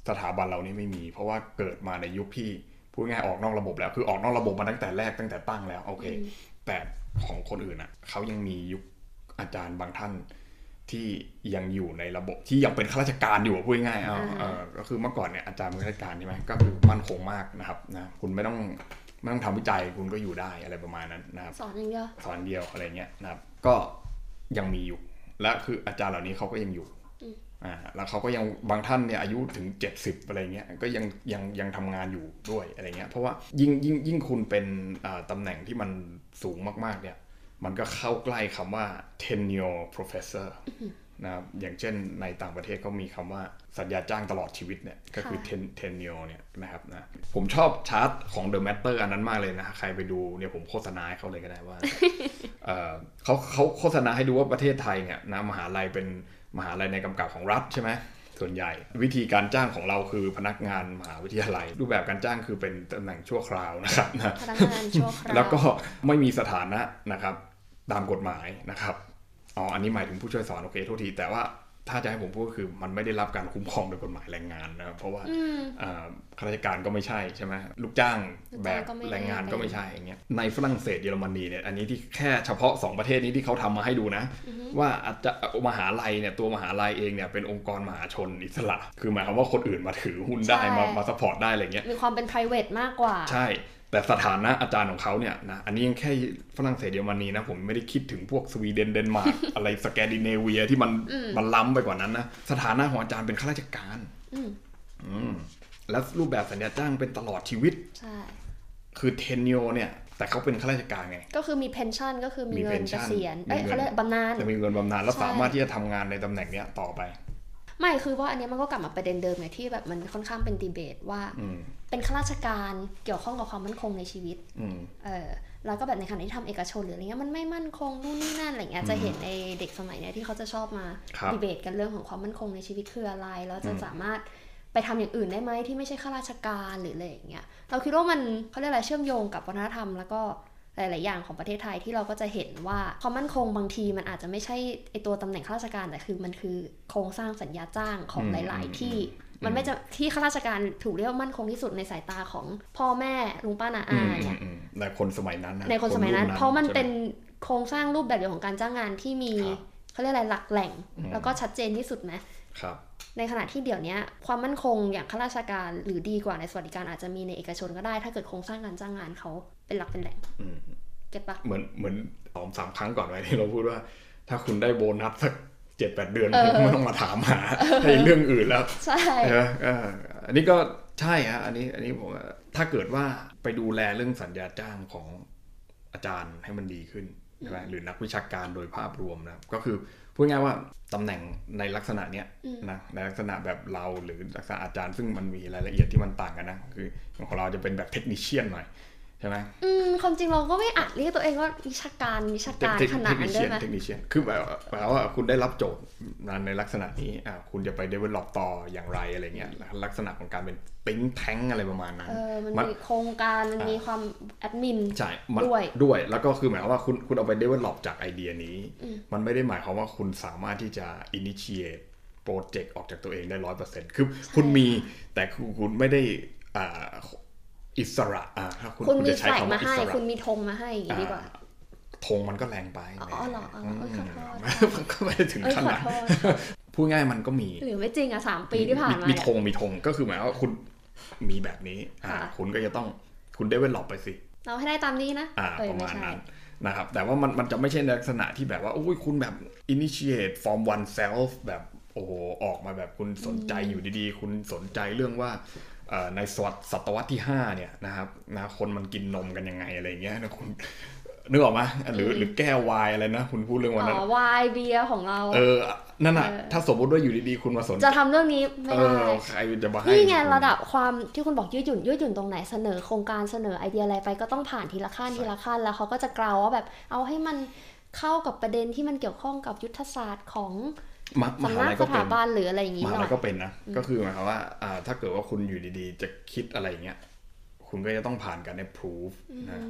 S1: สถาบันเรานี่ไม่มี เพราะว่าเกิดมาในยุคที่พูดง่ายๆออกนอกระบบแล้วคือออกนอกระบบมาตั้งแต่แรกตั้งแต่ตั้งแล้วโอเค แต่ของคนอื่นอ่ะเขายังมียุคอาจารย์บางท่าน ที่ยังอยู่ในระบบที่ยังเป็นข้าราชการอยู่อะพูดง่ายๆเอา
S2: อ่า
S1: เออก็คือเมื่อก่อนเนี่ยอาจารย์เป็นข้าราชการใช่ไหมก็คือมั่นคงมากนะครับนะคุณไม่ต้องไม่ต้องทำวิจัยคุณก็อยู่ได้อะไรประมาณนั้นนะครับ
S2: สอนอย่างเดียว
S1: สอนเดียวอะไรเงี้ยนะครับ ก็ยังมีอยู่ และคืออาจารย์เหล่านี้เขาก็ยังอยู่อ่าแล้วเขาก็ยังบางท่านเนี่ยอายุถึง 70อะไรเงี้ยก็ยังยังยังทำงานอยู่ด้วยอะไรเงี้ยเพราะว่ายิ่งยิ่งยิ่งคุณเป็นอ่าตำแหน่งที่มันสูงมากๆเนี่ยมันก็เข้าใกล้คำว่า tenure professor นะครับอย่างเช่นในต่างประเทศก็มีคำว่าสัญญาจ้างตลอดชีวิตเนี่ยก็คือ เทนเทนเนียลเนี่ยนะครับนะผมชอบชาร์ตของ The Matter อันนั้นมากเลยนะ ใครไปดูเนี่ยผมโฆษณาให้เขาเลยก็ได้ว่า เอ่อเขาเขาโฆษณาให้ดูว่าประเทศไทยเนี่ยนะมหาลัยเป็นมหาลัยในกำกับของรัฐใช่ไหมส่วนใหญ่ วิธีการจ้างของเราคือพนักงานมหาวิทยาลัย รูปแบบการจ้างคือเป็นตำแหน่งชั่วคราวนะครับนะ
S2: พนักงานชั่วคราว
S1: แล้วก็ไม่มีสถานะนะครับตามกฎหมายนะครับ อ๋ออันนี้หมายถึงผู้ช่วยสอนโอเคโทษที แต่ว่าถ้าจะให้ผมพูดก็คือมันไม่ได้รับการคุ้มครองโดยกฎหมายแรงงานนะครับเพราะว่า
S2: อืม
S1: อ่าข้าราชการก็ไม่ใช่ใช่ไหมลูกจ้าง
S2: ลูก
S1: แบ
S2: จ้าง
S1: บ
S2: ก็ไม่ได้
S1: แรงงานก็ไม่ใช่อย่างเงี้ยในฝรั่งเศสเยอรมนีเนี่ยอันนี้ที่แค่เฉพาะสองประเทศนี้ที่เขาทำมาให้ดูนะ
S2: อือฮึ
S1: ว่าอาจจะมหาลัยเนี่ยตัวมหาลัยเองเนี่ยเป็นองค์กรมหาชนอิสระ คือหมายความว่าคนอื่นมาถือหุ้นได้
S2: ใช่
S1: มามาสปอร์ตได้อะไรเงี้ย
S2: มีความเป็น p r i v a t มากกว่า
S1: ใช่ แต่สถานะอาจารย์ของเขาเนี่ยนะอันนี้ยังแค่ฝรั่งเศสเยอรมนีนะ ผมไม่ได้คิดถึงพวกสวีเดนเดนมาร์ก อะไรสแกนดิเนเวียที่มัน
S2: อืม
S1: มันล้ำไปกว่านั้นนะ สถานะของอาจารย์เป็นข้าราชการ
S2: อืม
S1: อืมและรูปแบบสัญญาจ้างเป็นตลอดชีวิต
S2: ใช่
S1: คือเทนโยเนี่ย แต่เขาเป็นข้าราชการไง
S2: ก็คือมีเพนชั่นก็คือมี
S1: มี
S2: เงิน
S1: pension
S2: เกษียณเอ้ย
S1: มีเงิน
S2: เขาเรียกบำนาญ
S1: จะมีเงินบำนาญและ
S2: ใช่
S1: สามารถที่จะทำงานในตำแหน่งเนี้ยต่อไป
S2: ไม่คือว่าอันเนี้ยมันก็กลับมาประเด็นเดิมเนี่ยที่แบบมันค่อนข้างเป็นดีเบตว่า
S1: อืม
S2: เป็นข้าราชการเกี่ยวข้องกับความมั่นคงในชีวิต
S1: อืม
S2: เออแล้วก็แบบในขณะที่ทำเอกชนหรืออะไรเงี้ยมันไม่มั่นคงนู่นนี่นั่นอะไรเงี้ยจะเห็นในเด็กสมัยเนี้ยที่เขาจะชอบมา
S1: ครับ
S2: ดีเบตกันเรื่องของความมั่นคงในชีวิตคืออะไรแล้วจะ
S1: อืม
S2: สามารถไปทำอย่างอื่นได้ไหมที่ไม่ใช่ข้าราชการหรืออะไรอย่างเงี้ยเราคิดว่ามันเขาเรียกอะไรเชื่อมโยงกับวัฒนธรรม แล้วก็หลาย ๆ อย่างของประเทศไทยที่เราก็จะเห็นว่าความมั่นคงบางทีมันอาจจะไม่ใช่ไอตัวตำแหน่งข้าราชการแต่คือมันคือโครงสร้างสัญญาจ้างของหลาย ๆ ที่ มันไม่จะที่ข้าราชการถูกเรียกว่ามั่นคงที่สุดในสายตาของพ่อแม่ลุงป้านาอาเนี่ย
S1: อืมอืมอืมในคนสมัยนั้นะ
S2: ในคนสมัยนั้น
S1: ค
S2: เพราะมัน
S1: ใช่ไห
S2: เป็นโครงสร้างรูปแบบเดียวของการจ้างงานที่มี
S1: ครับ
S2: เขาเรียกอะไรหลักแหล่ง
S1: อืม
S2: แล้วก็ชัดเจนที่สุดไหม
S1: ครับ
S2: ในขณะที่เดี๋ยวเนี้ยความมั่นคงอย่างข้าราชการหรือดีกว่าในสวัสดิการอาจจะมีในเอกชนก็ได้ ถ้าเกิดโครงสร้างการจ้างงานเขาเป็นหลักเป็นแหล่ง
S1: อืม
S2: เก็ตปะ
S1: เหมือนเหมือนสองสามครั้งก่อนไว้ที่เราพูดว่า ถ้าคุณได้โบนัสสักเจ็ดแปดเดือน
S2: เออ
S1: คุณไม่ต้องมาถามหาในเรื่องอื่นแล้ว
S2: ใช่
S1: เออเอออันนี้ก็ใช่ฮะอันนี้อันนี้ผมว่าถ้าเกิดว่าไปดูแลเรื่องสัญญาจ้างของอาจารย์ให้มันดีขึ้นใช่ไหมหรือนักวิชาการโดยภาพรวมนะก็คือพูดง่ายๆว่าตำแหน่งในลักษณะเนี้ยนะในลักษณะแบบเราหรือลักษณะอาจารย์ซึ่งมันมีรายละเอียดที่มันต่างกันนะคือของเราจะเป็นแบบเทคนิชเชียนหน่อยใช่ไหม
S2: อืมความจริงเราก็ไม่อาจเรียกตัวเองว่าวิชาการวิชาการขนาดนั้น
S1: เทค
S2: ได้ไหม
S1: เทคนิคเชียน คือแบบว่าแปลว่าคุณได้รับโจทย์งานในลักษณะนี้อ่าคุณจะไป develop ต่ออย่างไรอะไรเงี้ย ลักษณะของการเป็น think tank อะไรประมาณนั้น
S2: เออมัน
S1: มัน
S2: มีโครงการมันมีความแอดมิน
S1: ใช่มัน
S2: ด้วย
S1: ด้วย แล้วก็คือหมายความว่าคุณคุณเอาไป develop จากไอเดียนี้
S2: อืม
S1: มันไม่ได้หมายความว่าคุณสามารถที่จะ initiate โปรเจกต์ออกจากตัวเองได้ร้อยเปอร์เซ็นต์คือคุณมีแต่คุณคุณไม่ได้อ่าอิสระอ่าถ้าคุณ
S2: คุณ
S1: คุณ
S2: มี
S1: จะใช้
S2: แฟลก
S1: คำ
S2: มา
S1: ว่าอิ
S2: ให้
S1: สระ
S2: คุณมีธงมาให้อย่างงี้ดีกว่า
S1: ธงมันก็แรงไป
S2: อ๋อเหรออ๋อเอ้ยขอโทษ
S1: มันก็ไม่ได้ถึง
S2: เอ้ย
S1: ข
S2: ขอ
S1: นาด
S2: โทษ
S1: พูดง่ายมันก็มี
S2: หรือไม่จริงอะสามปีที่ผ่านมา
S1: มี
S2: เนี่ย
S1: ธงมีธงก็คือหมายว่าคุณมีแบบนี้อ่า
S2: ค่ะ
S1: คุณก็จะต้องคุณได้เวลลอปไปสิ
S2: เราให้ได้ตามนี้นะ
S1: อ่า
S2: เอ้ย
S1: ประ
S2: ไม่
S1: มาณ
S2: ใช่
S1: นั้นนะครับแต่ว่ามันมันจะไม่ใช่ในลักษณะที่แบบว่าโอ้ยคุณแบบ initiate from oneself แบบโอ้โหออกมาแบบคุณสนใจอยู่ดีๆ คุณสนใจเรื่องว่าเอ่อในศตวรรษศตวรรษที่ 5 เนี่ยนะครับนะคนมันกินนมกันยังไงอะไรอย่างเงี้ยนะคุณนึกออกไหมหรือหรือแก้ววายอะไรนะ คุณพูดเรื่องวัน
S2: อ๋
S1: นั้น
S2: อวายเบียร์ของเรา
S1: เออนั่นน่ะ
S2: เออ
S1: ถ้าสมมติว่าอยู่ดีๆ คุณมาสนใจ
S2: จะทำเรื่องนี้ไม่
S1: เอ
S2: ได้
S1: อใครจะมาให้
S2: นี่ไง
S1: คุณ
S2: ระดับความที่คุณบอกยืดหยุ่นยืดหยุ่นตรงไหนเสนอโครงการเสนอไอเดียอะไรไปก็ต้องผ่านทีละขั้นทีละขั้นแล้วเขาก็จะกล่าวว่าแบบเอาให้มันเข้ากับประเด็นที่มันเกี่ยวข้องกับยุทธศาสตร์ของ
S1: มหมหา
S2: สำนัก
S1: ลัย
S2: ส
S1: ก็เป็
S2: ถาน บันหรืออะไรอย่าง
S1: ม
S2: งี้
S1: หา
S2: หน่
S1: ลั
S2: อย
S1: ยก็เป็นนะ ก็คือหมายความว่าอ่าถ้าเกิดว่าคุณอยู่ดีๆ จะคิดอะไรอย่างเงี้ยคุณก็จะต้องผ่านการ approve นะ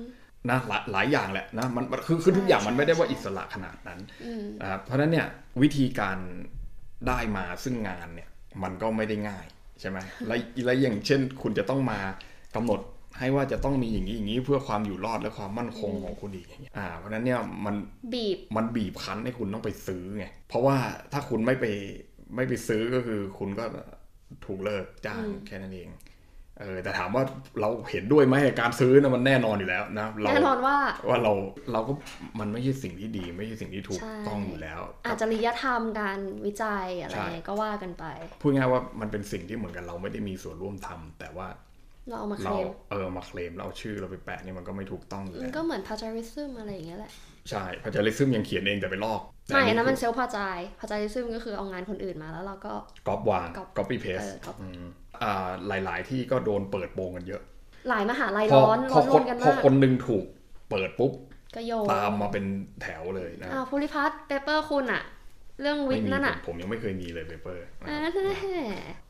S1: นะหลายหลายอย่างแหละนะมันมันคือคือทุกอย่างมันไม่ได้ว่าอิสระขนาดนั้น
S2: อืม
S1: นะครับเพราะฉะนั้นเนี่ยวิธีการได้มาซึ่งงานเนี่ยมันก็ไม่ได้ง่ายใช่ไหมและและอย่างเช่น คุณจะต้องมากำหนดให้ว่าจะต้องมีอย่างนี้อย่างนี้เพื่อความอยู่รอดและความมั่นคงของคุณอีกอย่างเงี้ยอ่าเพราะฉะนั้นเนี่ยมัน
S2: บีบ
S1: มันบีบคั้นให้คุณต้องไปซื้อไง เพราะว่าถ้าคุณไม่ไปไม่ไปซื้อก็คือคุณก็ถูกเลิกจ้าง
S2: อืม
S1: แค่นั้นเอง เออแต่ถามว่าเราเห็นด้วยไหมกับการซื้อนะมันแน่นอนอยู่แล้วนะเรา
S2: แน่นอนว่า
S1: ว่าเราเราก็มันไม่ใช่สิ่งที่ดี ไม่ใช่สิ่งที่ถูก
S2: ใช่
S1: ต้องอยู่แล้ว
S2: อาจจริยธรรมการวิจัยอะไรก็ว่ากันไป
S1: พูดง่ายว่ามันเป็นสิ่งที่เหมือนกันเราไม่ได้มีส่วนร่วมทำแต่ว่า
S2: เราเอามาเคล
S1: เรา
S2: ม
S1: เออมาเคลมแล้วเราชื่อเราไปแปะเนี่ยมันก็ไม่ถูกต้องอยู่
S2: มั
S1: แล้
S2: น
S1: ว
S2: ก็เหมือนพาจาริซึมอะไรอย่างเงี้ยแหละ
S1: ใช่พาจาริซึมยังเขียนเองแต่ไปลอก
S2: ไม่อันนั้นมัน
S1: คือ
S2: เซลล์พาจายพาจายซึมก็คือเอางานคนอื่นมาแล้วเราก็
S1: ก๊อปวาง
S2: ก๊อป
S1: ก๊อปปี้เพส
S2: เออก๊อป
S1: อืมอ่าหลาย ๆ ที่ก็โดนเปิดโปงกันเยอะ
S2: หลายมหาลัย
S1: พอ
S2: ร้อน
S1: พ
S2: ร้
S1: อ
S2: อนร
S1: คน
S2: นกัน
S1: พอ
S2: มาก
S1: คนหนึ่งถูกเปิดปุ๊บ
S2: ก็โยน
S1: ตามมาเป็นแถวเลยนะ
S2: อ้าวภูริพัฒน์เปเปอร์คุณอะเรื่องวิ
S1: ไม่
S2: ท
S1: มี
S2: ย์นั่
S1: ผ
S2: นอะ
S1: มผมยังไม่เคยมีเลยเปเปอร์
S2: อ่าแหม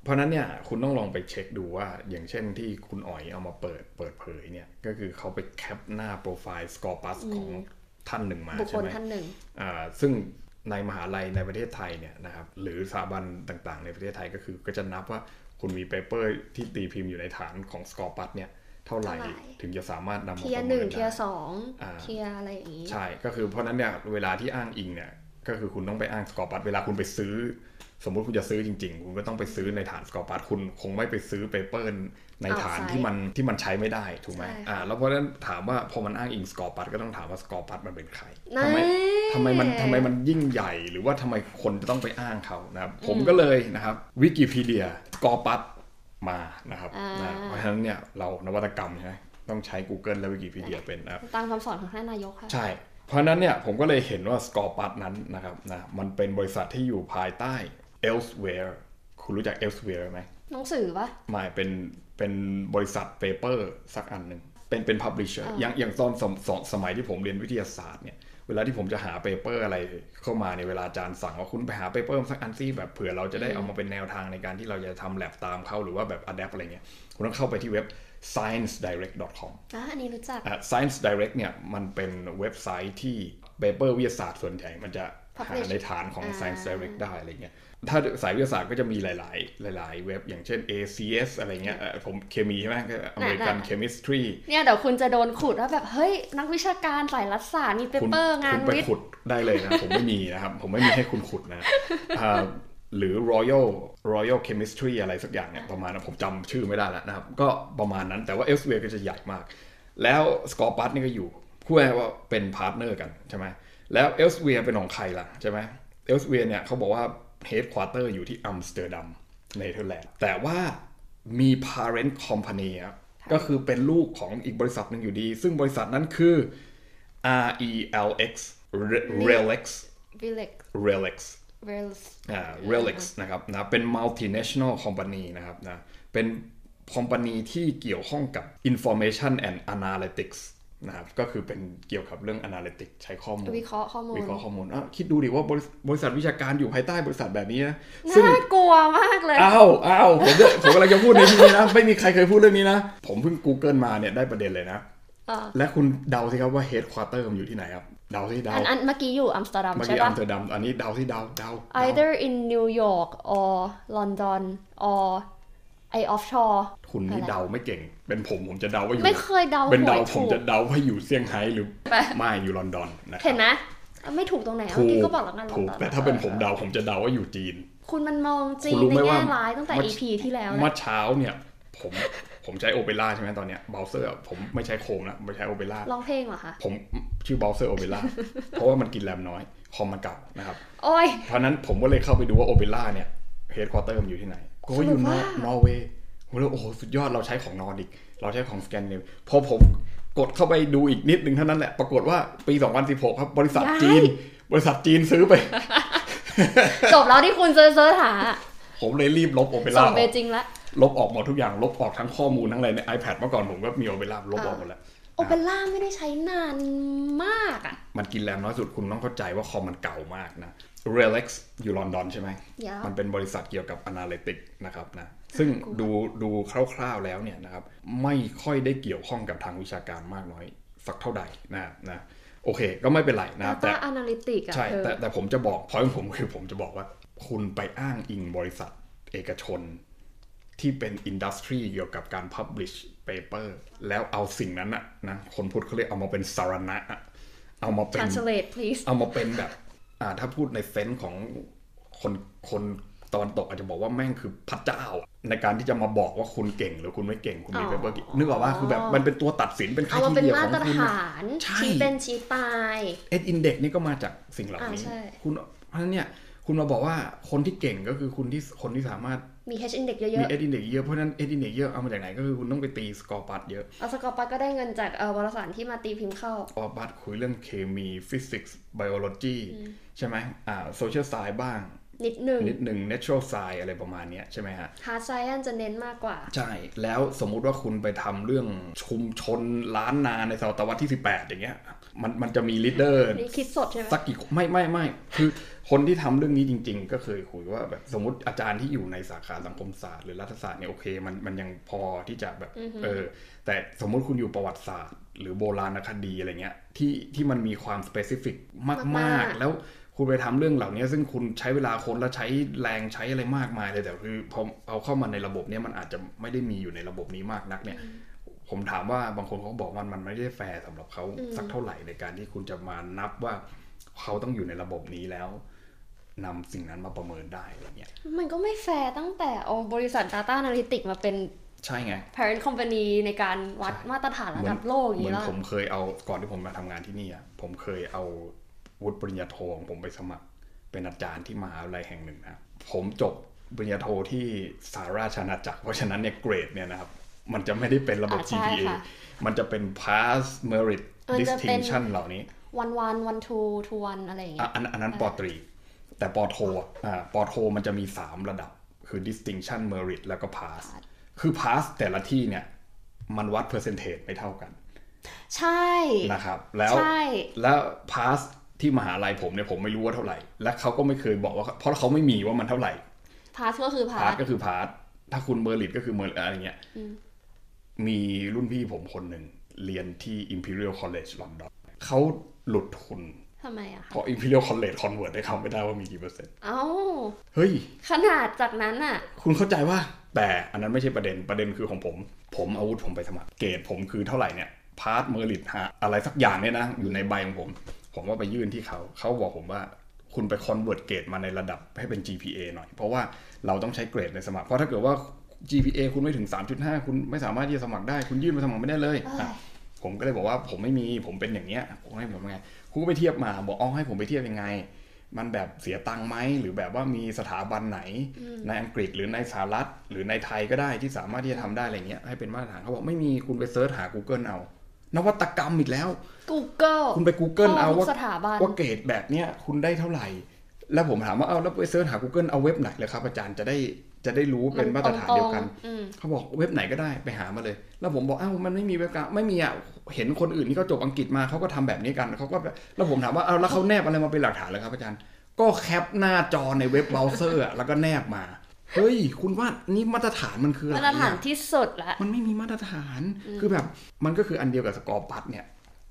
S1: เพราะฉะนั้นเนี่ยคุณต้องลองไปเช็คดูว่า อย่างเช่นที่คุณอ๋อยเอามาเปิดเปิดเผยเนี่ย ก็คือเขาไปแคปหน้าโปรไฟล์สกอร์ปัสของท่านหนึ่งมา
S2: บุคค
S1: ใช่
S2: ล
S1: ไหม
S2: ท่านหนึ่ง
S1: อ่าซึ่ง ในมหาลัยในประเทศไทยเนี่ยนะครับหรือสถาบันต่างๆ ในประเทศไทยก็คือก็จะนับว่าคุณมีเปเปอร์ที่ตีพิมพ์อยู่ในฐานของสกอปัตเนี่ยเท่าไหร่
S2: เท่าไหร่
S1: ถึงจะสามารถนำมาประ
S2: เทียร์ห
S1: เมิ
S2: นึ่ง
S1: น
S2: เทีย
S1: ได้
S2: ร์สอง
S1: อ่า
S2: เทียร์อะไรอย่างนี้
S1: ใช่ก็คือเพราะฉะนั้นเนี่ยเวลาที่อ้างอิงเนี่ยก็คือคุณต้องไปอ้างสกอปัตเวลาคุณไปซื้อ สมมุติคุณจะซื้อจริง ๆ คุณก็ต้องไปซื้อในฐานสกอปัตคุณคงไม่ไปซื้อเปเปอร์ในฐาน
S2: Outside
S1: ที่มันที่มันใช้ไม่ได้ถูกไหม
S2: ใช่ค่ะ
S1: อ่าแล้วเพราะฉะนั้นถามว่าพอมันอ้างอิงสกอปัตก็ต้องถามว่าสกอปัตมันเป็นใคร
S2: นั่น
S1: ทำไม ทำไมมันทำไมมันยิ่งใหญ่หรือว่าทำไมคนจะต้องไปอ้างเขานะครับผมก็เลยนะครับวิกิพีเดียกอปัตมานะครับ
S2: อ่าน
S1: ะเพราะฉะนั้นเนี่ยเรานวัตกรรมใช่ไหมต้องใช้ Google และวิกิพีเดียเป็นนะครับ
S2: ตามคำสอนของท่านนายกค่ะ
S1: ใช่ เพราะฉะนั้นเนี่ยผมก็เลยเห็นว่าสกอปัตนั้นนะครับนะมันเป็นบริษัทที่อยู่ภายใต้ elsewhere คุณรู้จัก elsewhere ไหม
S2: หนังสือปะ
S1: ไม่เป็นเป็นบริษัทเปเปอร์สักอันหนึ่งเป็นเป็นพับลิเชอร์อย่างอย่างตอนสมสสมัยที่ผมเรียนวิทยาศาสตร์เนี่ยเวลาที่ผมจะหาเปเปอร์อะไรเข้ามาในยเวลาอาจารย์สั่งว่าคุณไปหาเปเปอร์สักอันซี่แบบเผื่อเราจะได้เอามาเป็นแนวทางในการที่เราจะทำแลบตามเขาหรือว่าแบบอัดแอปอะไรเงี้ยคุณต้องเข้าไปที่เว็บ science direct com
S2: อ่ะอันนี้รู้จัก
S1: อ่ะ Science Direct เนี่ยมันเป็นเว็บไซต์ที่เปเปอร์วิทยาศาสตร์ส่วนใหญ่มันจะหา
S2: Publish
S1: ในฐานของ
S2: อ่า
S1: Science Direct ได้อะไรเงี้ยถ้าสายวิทยาศาสตร์ก็จะมีหลาย ๆ หลาย ๆ เว็บอย่างเช่น ACS อะไรเงี้ยเอ่อผมเคมีใช่ไหมก็ American
S2: น่ะ
S1: Chemistry
S2: เนี่ยเดี๋ยวคุณจะโดนขุดว่าแบบ เฮ้ย นักวิชาการสายรัฐศาสตร์มีเป
S1: คุณ
S2: เปอร์งาน
S1: คุณไป
S2: วิทย์
S1: ขุดได้เลยนะ ผมไม่มีนะครับ ผมไม่มีให้คุณขุดนะ อ่าหรือ Royal Royal Chemistry อะไรสักอย่างเนี่ยประมาณนะผมจำชื่อไม่ได้แล้วนะครับ ก็ประมาณนั้นแต่ว่า Elsewhere ก็จะใหญ่มาก แล้ว s c o r p u s นี่ก็อยู่พูดง่ายๆว่าเป็นพาร์ทเนอร์กันใช่ไหมแล้ว Elsewhere เป็นของใครล่ะใช่ไหม Elsewhere เนี่ยเขาบอกว่า Headquarter อยู่ที่อัมสเตอร์ดัมเนเธอร์แลนด์แต่ว่ามี parent company ครับก็คือเป็นลูกของอีกบริษัทหนึ่งอยู่ดี ซึ่งบริษัทนั้นคือ R E L X Re- Relax
S2: Village
S1: Relax
S2: Rails
S1: อ่า Relax นะครับนะเป็น multinational company นะครับนะเป็นคอมพานีที่เกี่ยวข้องกับ information and analytics นะครับก็คือเป็นเกี่ยวกับเรื่อง analytics ใช้ข้อมูล
S2: วิเคราะห์ข้อมูล
S1: วิเคราะห์ข้อมูลอ้าวคิดดูดิว่าบริษัทบริษัทวิชาการอยู่ภายใต้บริษัทแบบนี้นะซึ่ง
S2: น่ากลัวมากเลย
S1: อ้าวอ้าวผมเนี่ยผมกำลังจะพูดในที่นี้นะ ไม่มีใครเคยพูดเรื่องนี้นะ ผมเพิ่ง Google มาเนี่ยได้ประเด็นเลยนะ
S2: อ่า
S1: และคุณเดาสิครับว่าเฮดควอเตอร์มันอยู่ที่ไหนครับ เดาสิเดา
S2: อันอันเมื่อกี้อยู่อัมสเตอร์ดัม
S1: เมื่อ
S2: ใช่
S1: กี้อั
S2: ปะ
S1: มสเตอร์ดัมอันนี้เดาสิเดาเดาเดา
S2: Either in New York or London or ไอออฟชอร์
S1: คุณนี่เดาไม่เก่ง เป็นผมผมจะเดาว่าอยู่
S2: ไม่เคยเดา
S1: เป็น
S2: หว
S1: เดาย ผม
S2: ถูก
S1: จะเดาว่าอยู่เซี่ยงไฮ้หรือ
S2: แปะ
S1: ไม่อยู่ลอนดอนนะครั
S2: เห็นไหมไม่ถูกตรงไหนอ่ะ
S1: ถู
S2: เมื่อก กี้ก็บอกแล้วกัน
S1: ถูก
S2: อน
S1: แต่ถ้าเป็นผมเดาผมจะเดาว่าอยู่จีน
S2: คุณมันมองจี
S1: คุ
S2: น
S1: ณรู้
S2: ใน
S1: ไหม
S2: แง่
S1: ว่า
S2: ร้ายตั้งแต่
S1: มัน
S2: EP ที่แล้วนะ
S1: เมื่อเช้าเนี่ยผมผมใช้โอเปร่าใช่ไหมตอนเนี้ยเบราว์เซอร์ผมไม่ใช้โคมแล้วผมใช้โอเปร่า
S2: ร้องเพลงเหรอคะ
S1: ผมชื่อ Browser Opera เพราะว่ามันกินแรมน้อย คอมมันเก่านะครับ
S2: โอ้ย
S1: เพราะฉะนั้นผมก็เลยเข้าไปดูว่า Opera เนี่ยเฮดควอเตอร์มันอยู่ที่ไหน ก็อยู่นอ
S2: สรุปว่า
S1: นอร์เวย์ผมเลยโอ้โห สุดยอดเราใช้ของนอร์ดิก เราใช้ของสแกนดิเนเวียพอผมกดเข้าไปดูอีกนิดนึงเท่านั้นแหละ ปรากฏว่าปี 2016 ครับ บริษัทจีน บริษัทจีนซื้อไป
S2: จบแล้วที่คุณเซิร์ชหา
S1: ผมเลยรีบลบโอเปร่า
S2: ส่ง
S1: อ
S2: ไป
S1: อก
S2: จริงละ
S1: ลบออกหมดทุกอย่าง ลบออกทั้งข้อมูลทั้งอะไรใน iPad เมื่อก่อนผมก็มีโอเปร่าลบออกหมดแล้ว
S2: โอเปร่าไม่ได้ใช้นานมากอ่ะ
S1: มันกินแรมน้อยสุดคุณต้องเข้าใจว่าคอมมันเก่ามากนะ Relax อยู่ลอนดอนใช่ไหม
S2: เดี๋ยว
S1: มันเป็นบริษัทเกี่ยวกับ Analytics นะครับนะ ซึ่งดูดูคร่าวๆแล้วเนี่ยนะครับ ไม่ค่อยได้เกี่ยวข้องกับทางวิชาการมากน้อย สักเท่าใดนะนะโอเค ก็ไม่เป็นไรนะ
S2: Data
S1: แต่
S2: Analytic อ่ะ
S1: ใช่
S2: เธอ
S1: แต่แต่ผมจะบอกพอยของผมคือผมจะบอกว่า คุณไปอ้างอิงบริษัทเอกชน ที่เป็นอินดัสทรีเกี่ยวกับการพับลิชเปเปอร์แล้วเอาสิ่งนั้นอะนะคนพูดเขาเรียกเอามาเป็นสารณะอะเอามา
S2: ท
S1: เป็น
S2: รานสเลท please
S1: เอามาเป็นแบบ อ่า ถ้าพูดในเซนส์ของคนคนตะวันตกอาจจะบอกว่าแม่งคือพระเจ้าอะในการที่จะมาบอกว่าคุณเก่งหรือคุณไม่เก่งคุณมี
S2: อ๋อ
S1: เปเปอร์นึกออกว่าคือแบบมันเป็นตัวตัดสินเป็นค่า
S2: เอา
S1: ที่
S2: มาเป็น
S1: เดียว
S2: มา
S1: ของ
S2: ตร
S1: คุณ
S2: ฐาน
S1: ใช่
S2: ชี้เป็นชี้ตาย
S1: เอ็ดอินเด็กนี่ก็มาจากสิ่งเหล่านี้
S2: อ่าใช่
S1: คุณเพราะฉะนั้นเนี่ย คุณมาบอกว่าคนที่เก่งก็คือคุณที่คนที่สามารถ
S2: มี H index เย
S1: มี
S2: อะ
S1: เอ็ดอินเด็กเยอะเพราะฉะนั้นเอ็ดอินเด็กเยอะเอามาจากไหนก็คือคุณต้องไปตีสกอร์ปัดเยอะ
S2: ๆเอาสกอร์ปัดก็ได้เงินจากเอ่อวารสารที่มาตีพิมพ์เข้า
S1: ออกบัตคุยเรื่องเคมีฟิสิกส์ไบโอโลจีใช่ไหมอ่าโซเชียลไซบ้าง
S2: นิดหนึ่ง
S1: นิดหนึ่ง natural science อะไรประมาณเนี้ยใช่ไหมฮะ
S2: hard science จะเน้นมากกว่า
S1: ใช่ แล้วสมมุติว่าคุณไปทำเรื่องชุมชนล้านนาในศตวรรษที่ 18 อย่างเงี้ยมันมันจะมีลีดเดอร์
S2: นี่คิดสดใช่ไหม
S1: สักกี่คนไม่ไม่ไม่คือคนที่ทำเรื่องนี้จริง ๆ ก็เคยคุยว่าแบบสมมติอาจารย์ที่อยู่ในสาขาสังคมศาสตร์หรือรัฐศาสตร์เนี่ยโอเคมันมันยังพอที่จะแบบเออแต่สมมุติคุณอยู่ประวัติศาสตร์ หรือโบราณคดีอะไรเงี้ยที่ที่มันมีความ specific มาก
S2: มาก
S1: ๆ
S2: ๆ
S1: แล้ว คุณไปทำเรื่องเหล่านี้ซึ่งคุณใช้เวลาคนและใช้แรงใช้อะไรมากมายเลยแต่คือพอเอาเข้ามาในระบบเนี่ยมันอาจจะไม่ได้มีอยู่ในระบบนี้มากนักเนี่ย ผมถามว่าบางคนเขาบอกว่ามันไม่ได้แฟร์สำหรับเขา
S2: อืม
S1: สักเท่าไหร่ในการที่คุณจะมานับว่าเขาต้องอยู่ในระบบนี้แล้วนำสิ่งนั้นมาประเมินได้อะไรเงี้ย
S2: มันก็ไม่แฟร์ตั้งแต่เอาบริษัท Data Analytics มาเป็น
S1: ใช่ไง
S2: parent company ในการวัด
S1: ใช่
S2: มาตรฐานระดับโลกอย่าง
S1: เหมือน
S2: นี้แล้ว
S1: ผมเคยเอาก่อนที่ผมมาทำงานที่นี่อะผมเคยเอาวุฒิปริญญาโทของผมไปสมัคร เป็นอาจารย์ที่มหาวิทยาลัยแห่งหนึ่งนะครับผมจบปริญญาโทที่สาราชอาณาจักรเพราะฉะนั้นเนี่ยเกรดเนี่ยนะครับ มันจะไม่ได้เป็นระบบ
S2: าใช่
S1: GPA
S2: ค่ะ
S1: มันจะเป็น pass merit
S2: มันจะเป็น
S1: distinction เหล่านี้
S2: วันวันวันทูทูวันอะไรอย่างเงี้
S1: อ่ะ
S2: ย
S1: อันอันนั้นปอตรี แต่ปอโทอ่ะอ่าปอโทมันจะมี 3 ระดับ คือ distinction merit แล้วก็ pass คือ pass แต่ละที่เนี่ย มันวัด percentage ไม่เท่ากัน
S2: ใช่
S1: นะครับ แล้ว
S2: ใช่
S1: แล้ว pass ที่มหาลัยผมเนี่ย ผมไม่รู้ว่าเท่าไหร่ และเขาก็ไม่เคยบอกว่า เพราะเขาไม่มีว่ามันเท่าไหร่
S2: พาสก็คือพา
S1: pass
S2: ส
S1: ก็คือ pass ถ้าคุณ merit ก็คือ merit อะไรเงี้ย
S2: อืม
S1: มีรุ่นพี่ผมคนหนึ่งเรียนที่ Imperial College London เขาหลุดทุน
S2: ทำไมอะ
S1: เพ
S2: คะ
S1: ราะ Imperial College convert ให้เขาไม่ได้ว่ามีกี่เปอร์เซ็นต์
S2: เอ้า
S1: เฮ้ย
S2: ขนาดจากนั้นอะ
S1: คุณเข้าใจว่า แต่อันนั้นไม่ใช่ประเด็นประเด็นคือของผม ผมอาวุธผมไปสมัครเกรดผมคือเท่าไหร่เนี่ยพาร์ทเมอริทฮะอะไรสักอย่างเนี่ยนะ อยู่ในใบของผม ผมว่าไปยื่นที่เขา เขาบอกผมว่าคุณไปคอนเวิร์ตเกรดมาในระดับให้เป็น GPA หน่อย เพราะว่าเราต้องใช้เกรดในสมัคร เพราะถ้าเกิดว่า GPA คุณไม่ถึง 3.5 คุณไม่สามารถที่จะสมัครได้ คุณยื่นไปสมัครไม่ได้เลย
S2: เอ้
S1: อ่ะ
S2: ย
S1: ผมก็เลยบอกว่าผมไม่มีผมเป็นอย่างเนี้ยผมให้ผมยังไงครูก็ไปเทียบมาบอกอ๋อให้ผมไปเทียบยังไง มันแบบเสียตังค์ไหมหรือแบบว่ามีสถาบันไหน
S2: อืม
S1: ในอังกฤษหรือในสหรัฐ หรือในไทยก็ได้ที่สามารถที่จะทำได้อะไรเงี้ยให้เป็นมาตรฐานเขาบอกไม่มีคุณไปเซิร์ชหา Google เอา นวัตกรรมอีกแล้ว
S2: Google
S1: คุณไป Google เอา
S2: ทุก
S1: ว่า
S2: สถาบัน
S1: ว่าเกรดแบบเนี้ยคุณได้เท่าไหร่ แล้วผมถามว่าเอาแล้วไปเซิร์ชหา Google เอาเว็บไหนเลยครับอาจารย์จะได้จะได้รู้เป็นมาตรฐานเดียวกัน
S2: มัตรงๆอืม
S1: เขาบอกเว็บไหนก็ได้ไปหามาเลย แล้วผมบอกอ้าวมันไม่มีเว็บกลางไม่มีอ่ะเห็นคนอื่นที่เขาจบอังกฤษมาเขาก็ทำแบบนี้กันเขาก็แบบแล้วผมถามว่าเอาแล้วเขาแนบอะไรมาเป็นหลักฐานเลยครับอาจารย์ ก็แคปหน้าจอในเว็บเบราว์เซอร์อะแล้วก็แนบมา เฮ้ย คุณว่านี่มาตรฐานมันคืออะไร
S2: มา
S1: อะ
S2: ตรฐานที่สุดละ
S1: มันไม่มีมาตรฐาน คือแบบ มันก็คืออันเดียวกับสกอร์บัตเนี่ย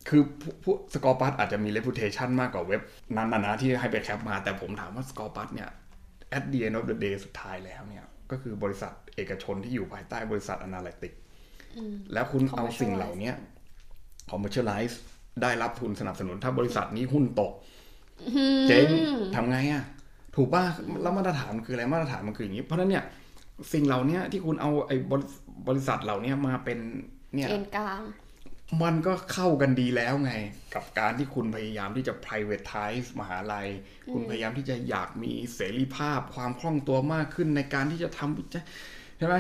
S1: คือผู้ผู้สกอร์บัตอาจจะมี reputation มากกว่าเว็บนั้นนะนะที่ให้ไปแคปมา แต่ผมถามว่าสกอร์บัตเนี่ย at the end of the day สุดท้ายแล้วเนี่ย ก็คือบริษัทเอกชนที่อยู่ภายใต้บริษัท Analytic
S2: อืม
S1: แล้วคุณเอา
S2: Commercialize
S1: สิ่งเหล่าเนี้ย commercialize ได้รับทุนสนับสนุน ถ้าบริษัทนี้หุ้นตก เจ๊งทำไงอะ่ะ ถูกป่ะแล้วมาตรฐานมันคืออะไรมาตรฐานมันคืออย่างนี้ เพราะฉะนั้นเนี่ยสิ่งเหล่าเนี้ยที่คุณเอาไอ้บริษบริษัทเหล่าเนี้ยมาเป็นเนี่ย
S2: เอ็นกลาง
S1: มันก็เข้ากันดีแล้วไง กับการที่คุณพยายามที่จะ privatize มหาลัย คุณพยายามที่จะอยากมีเสรีภาพความคล่องตัวมากขึ้นในการที่จะทำวิจัยใช่ไหม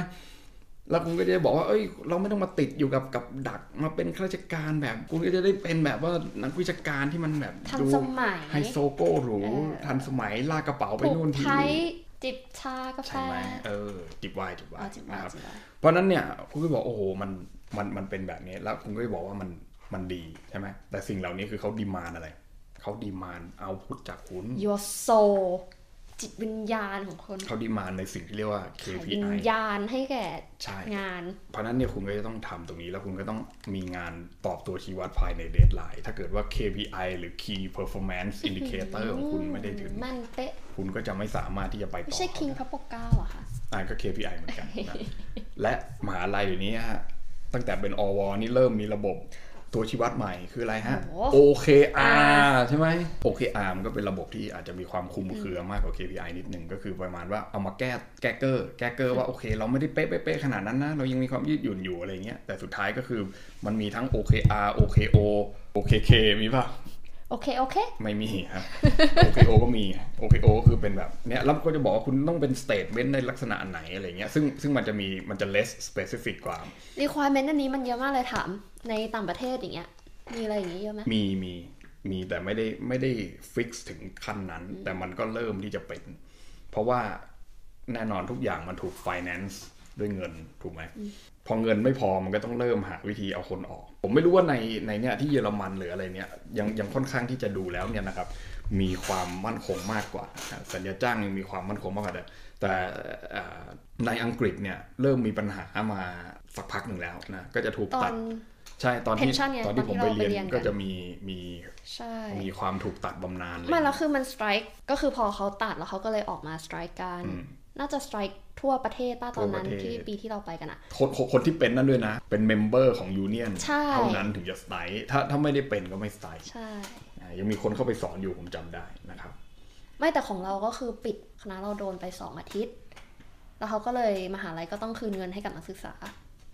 S1: แล้วคุณก็จะบอกว่าเอ้ย เราไม่ต้องมาติดอยู่กับกับดักมาเป็นข้าราชการแบบ คุณก็จะได้เป็นแบบว่านักวิชาการที่มันแบบ
S2: ทัน
S1: ดู
S2: สมัย
S1: ไฮโซโก้หรู
S2: เออ
S1: ทันสมัยลากกระเป๋าไป
S2: ผูก
S1: นู่นที่
S2: ไท
S1: นี่
S2: ยจิบชากาแฟ
S1: ใช่ไหมเออ จิบไวน์จิบไว
S2: เอา
S1: น์
S2: จิบ
S1: นะ
S2: มา
S1: ครับ
S2: จิบมา
S1: เพราะฉะนั้นเนี่ยคุณก็บอกโอ้โหมันมันมันเป็นแบบนี้แล้วคุณก็บอกว่ามันมันดีใช่ไหมแต่สิ่งเหล่านี้คือเขาดีมานอะไรเขาดีมานเอาพุทจากคุณ
S2: โยโซจิตวิญญาณของคน
S1: เขาดีมานในสิ่งที่เรียกว่า
S2: ขายวิญ
S1: KPI
S2: ญาณให้แก่
S1: ใช่
S2: งาน
S1: เพราะฉะนั้นเนี่ยคุณก็จะต้องทำตรงนี้แล้วคุณก็ต้องมีงานตอบตัวชี้วัดภายในเดทไลน์ถ้าเกิดว่า KPI หรือ Key Performance Indicator ของคุณไม่ได้ถึง
S2: แมันเป๊ะ
S1: คุณก็จะไม่สามารถที่จะไปต่อ
S2: ไม่ใช่
S1: เขา
S2: คิง
S1: ได้
S2: พระปกเกล้าอะค่ะ
S1: อ่านก็ KPI เหมือนกันนะ และมหาลัยเดี๋ยวนี้ฮะ ตั้งแต่เป็นอวนี่เริ่มมีระบบตัวชี้วัดใหม่คืออะไรฮะ
S2: โอ้
S1: OKR ใช่ไหม OKR มันก็เป็นระบบที่อาจจะมีความคลุมเครือมากกว่า KPI นิดนึง ก็คือประมาณว่าเอามาแก้แก้เกอร์แก้เกอร์ว่าโอเค เราไม่ได้เป๊ะเป๊ะเป๊ะขนาดนั้นนะ เรายังมีความยืดหยุ่นอยู่อะไรเงี้ยแต่สุดท้ายก็คือมันมีทั้ง OKR OKO OKK มีป่ะ
S2: โอเค โอเค
S1: ไม่มีครับ OKO ก็มี OKO ก็คือเป็นแบบเนี้ยแล้วก็จะบอกว่าคุณต้องเป็นสเต t เ e น t ในลักษณะไหนอะไรเงี้ยซึ่งซึ่งมันจะมีมันจะ less specific กว่า
S2: requirement อันนี้มันเยอะมากเลยถาม ในต่างประเทศอย่างเงี้ย มีอะไรอย่างเงี้ยเยอะไหม
S1: มีมีมีแต่ไม่ได้ไม่ได้ฟิกถึงขั้นนั้น แต่มันก็เริ่มที่จะเป็น เพราะว่าแน่นอนทุกอย่างมันถูก finance ด้วยเงินถูกไหมพอเงินไม่พอมันก็ต้องเริ่มหาวิธีเอาคนออก ผมไม่รู้ว่าในในเนี้ยที่เยอรมันหรืออะไรเนี้ยยังยังค่อนข้างที่จะดูแล้วเนี่ยนะครับ มีความมั่นคงมากกว่าอ่ะสัญญาจ้างยังมีความมั่นคงมากกว่า แต่แต่เอ่อในอังกฤษเนี่ยเริ่มมีปัญหามาสักพักหนึ่งแล้วนะก็จะถูก
S2: ตอ
S1: ตัด
S2: น
S1: ใช่ตอนที่
S2: pension ไง
S1: ตอนที่
S2: ตอนที่
S1: ผมไป
S2: เราไป
S1: เรียน
S2: เรียน
S1: ก็
S2: กัน
S1: จะมีมี
S2: ใช่
S1: มีความถูกตัดบำนาญ
S2: ไม่
S1: อะไร
S2: แล้วคือมันสไตร์ก็คือพอเขาตัดแล้วเขาก็เลยออกมาสไตร์กัน
S1: อืม
S2: น่าจะสไตร์ทั่วประเทศป้าตอนนั้น
S1: ทั่วประเทศ
S2: ที่ปีที่เราไปกันอะ
S1: คนคนคนที่เป็นนั่นด้วยนะ เป็นเมมเบอร์ของยูเนียน
S2: ใช่
S1: เท่านั้นถึงจะสไตล์ถ้าถ้าไม่ได้เป็นก็ไม่สไตล์
S2: ใช่
S1: อ่ายังมีคนเข้าไปสอนอยู่ผมจำได้นะครับ
S2: ไม่แต่ของเราก็คือปิดคณะเราโดนไปสองอาทิตย์ แล้วเขาก็เลยมหาลัยก็ต้องคืนเงินให้กับนักศึกษา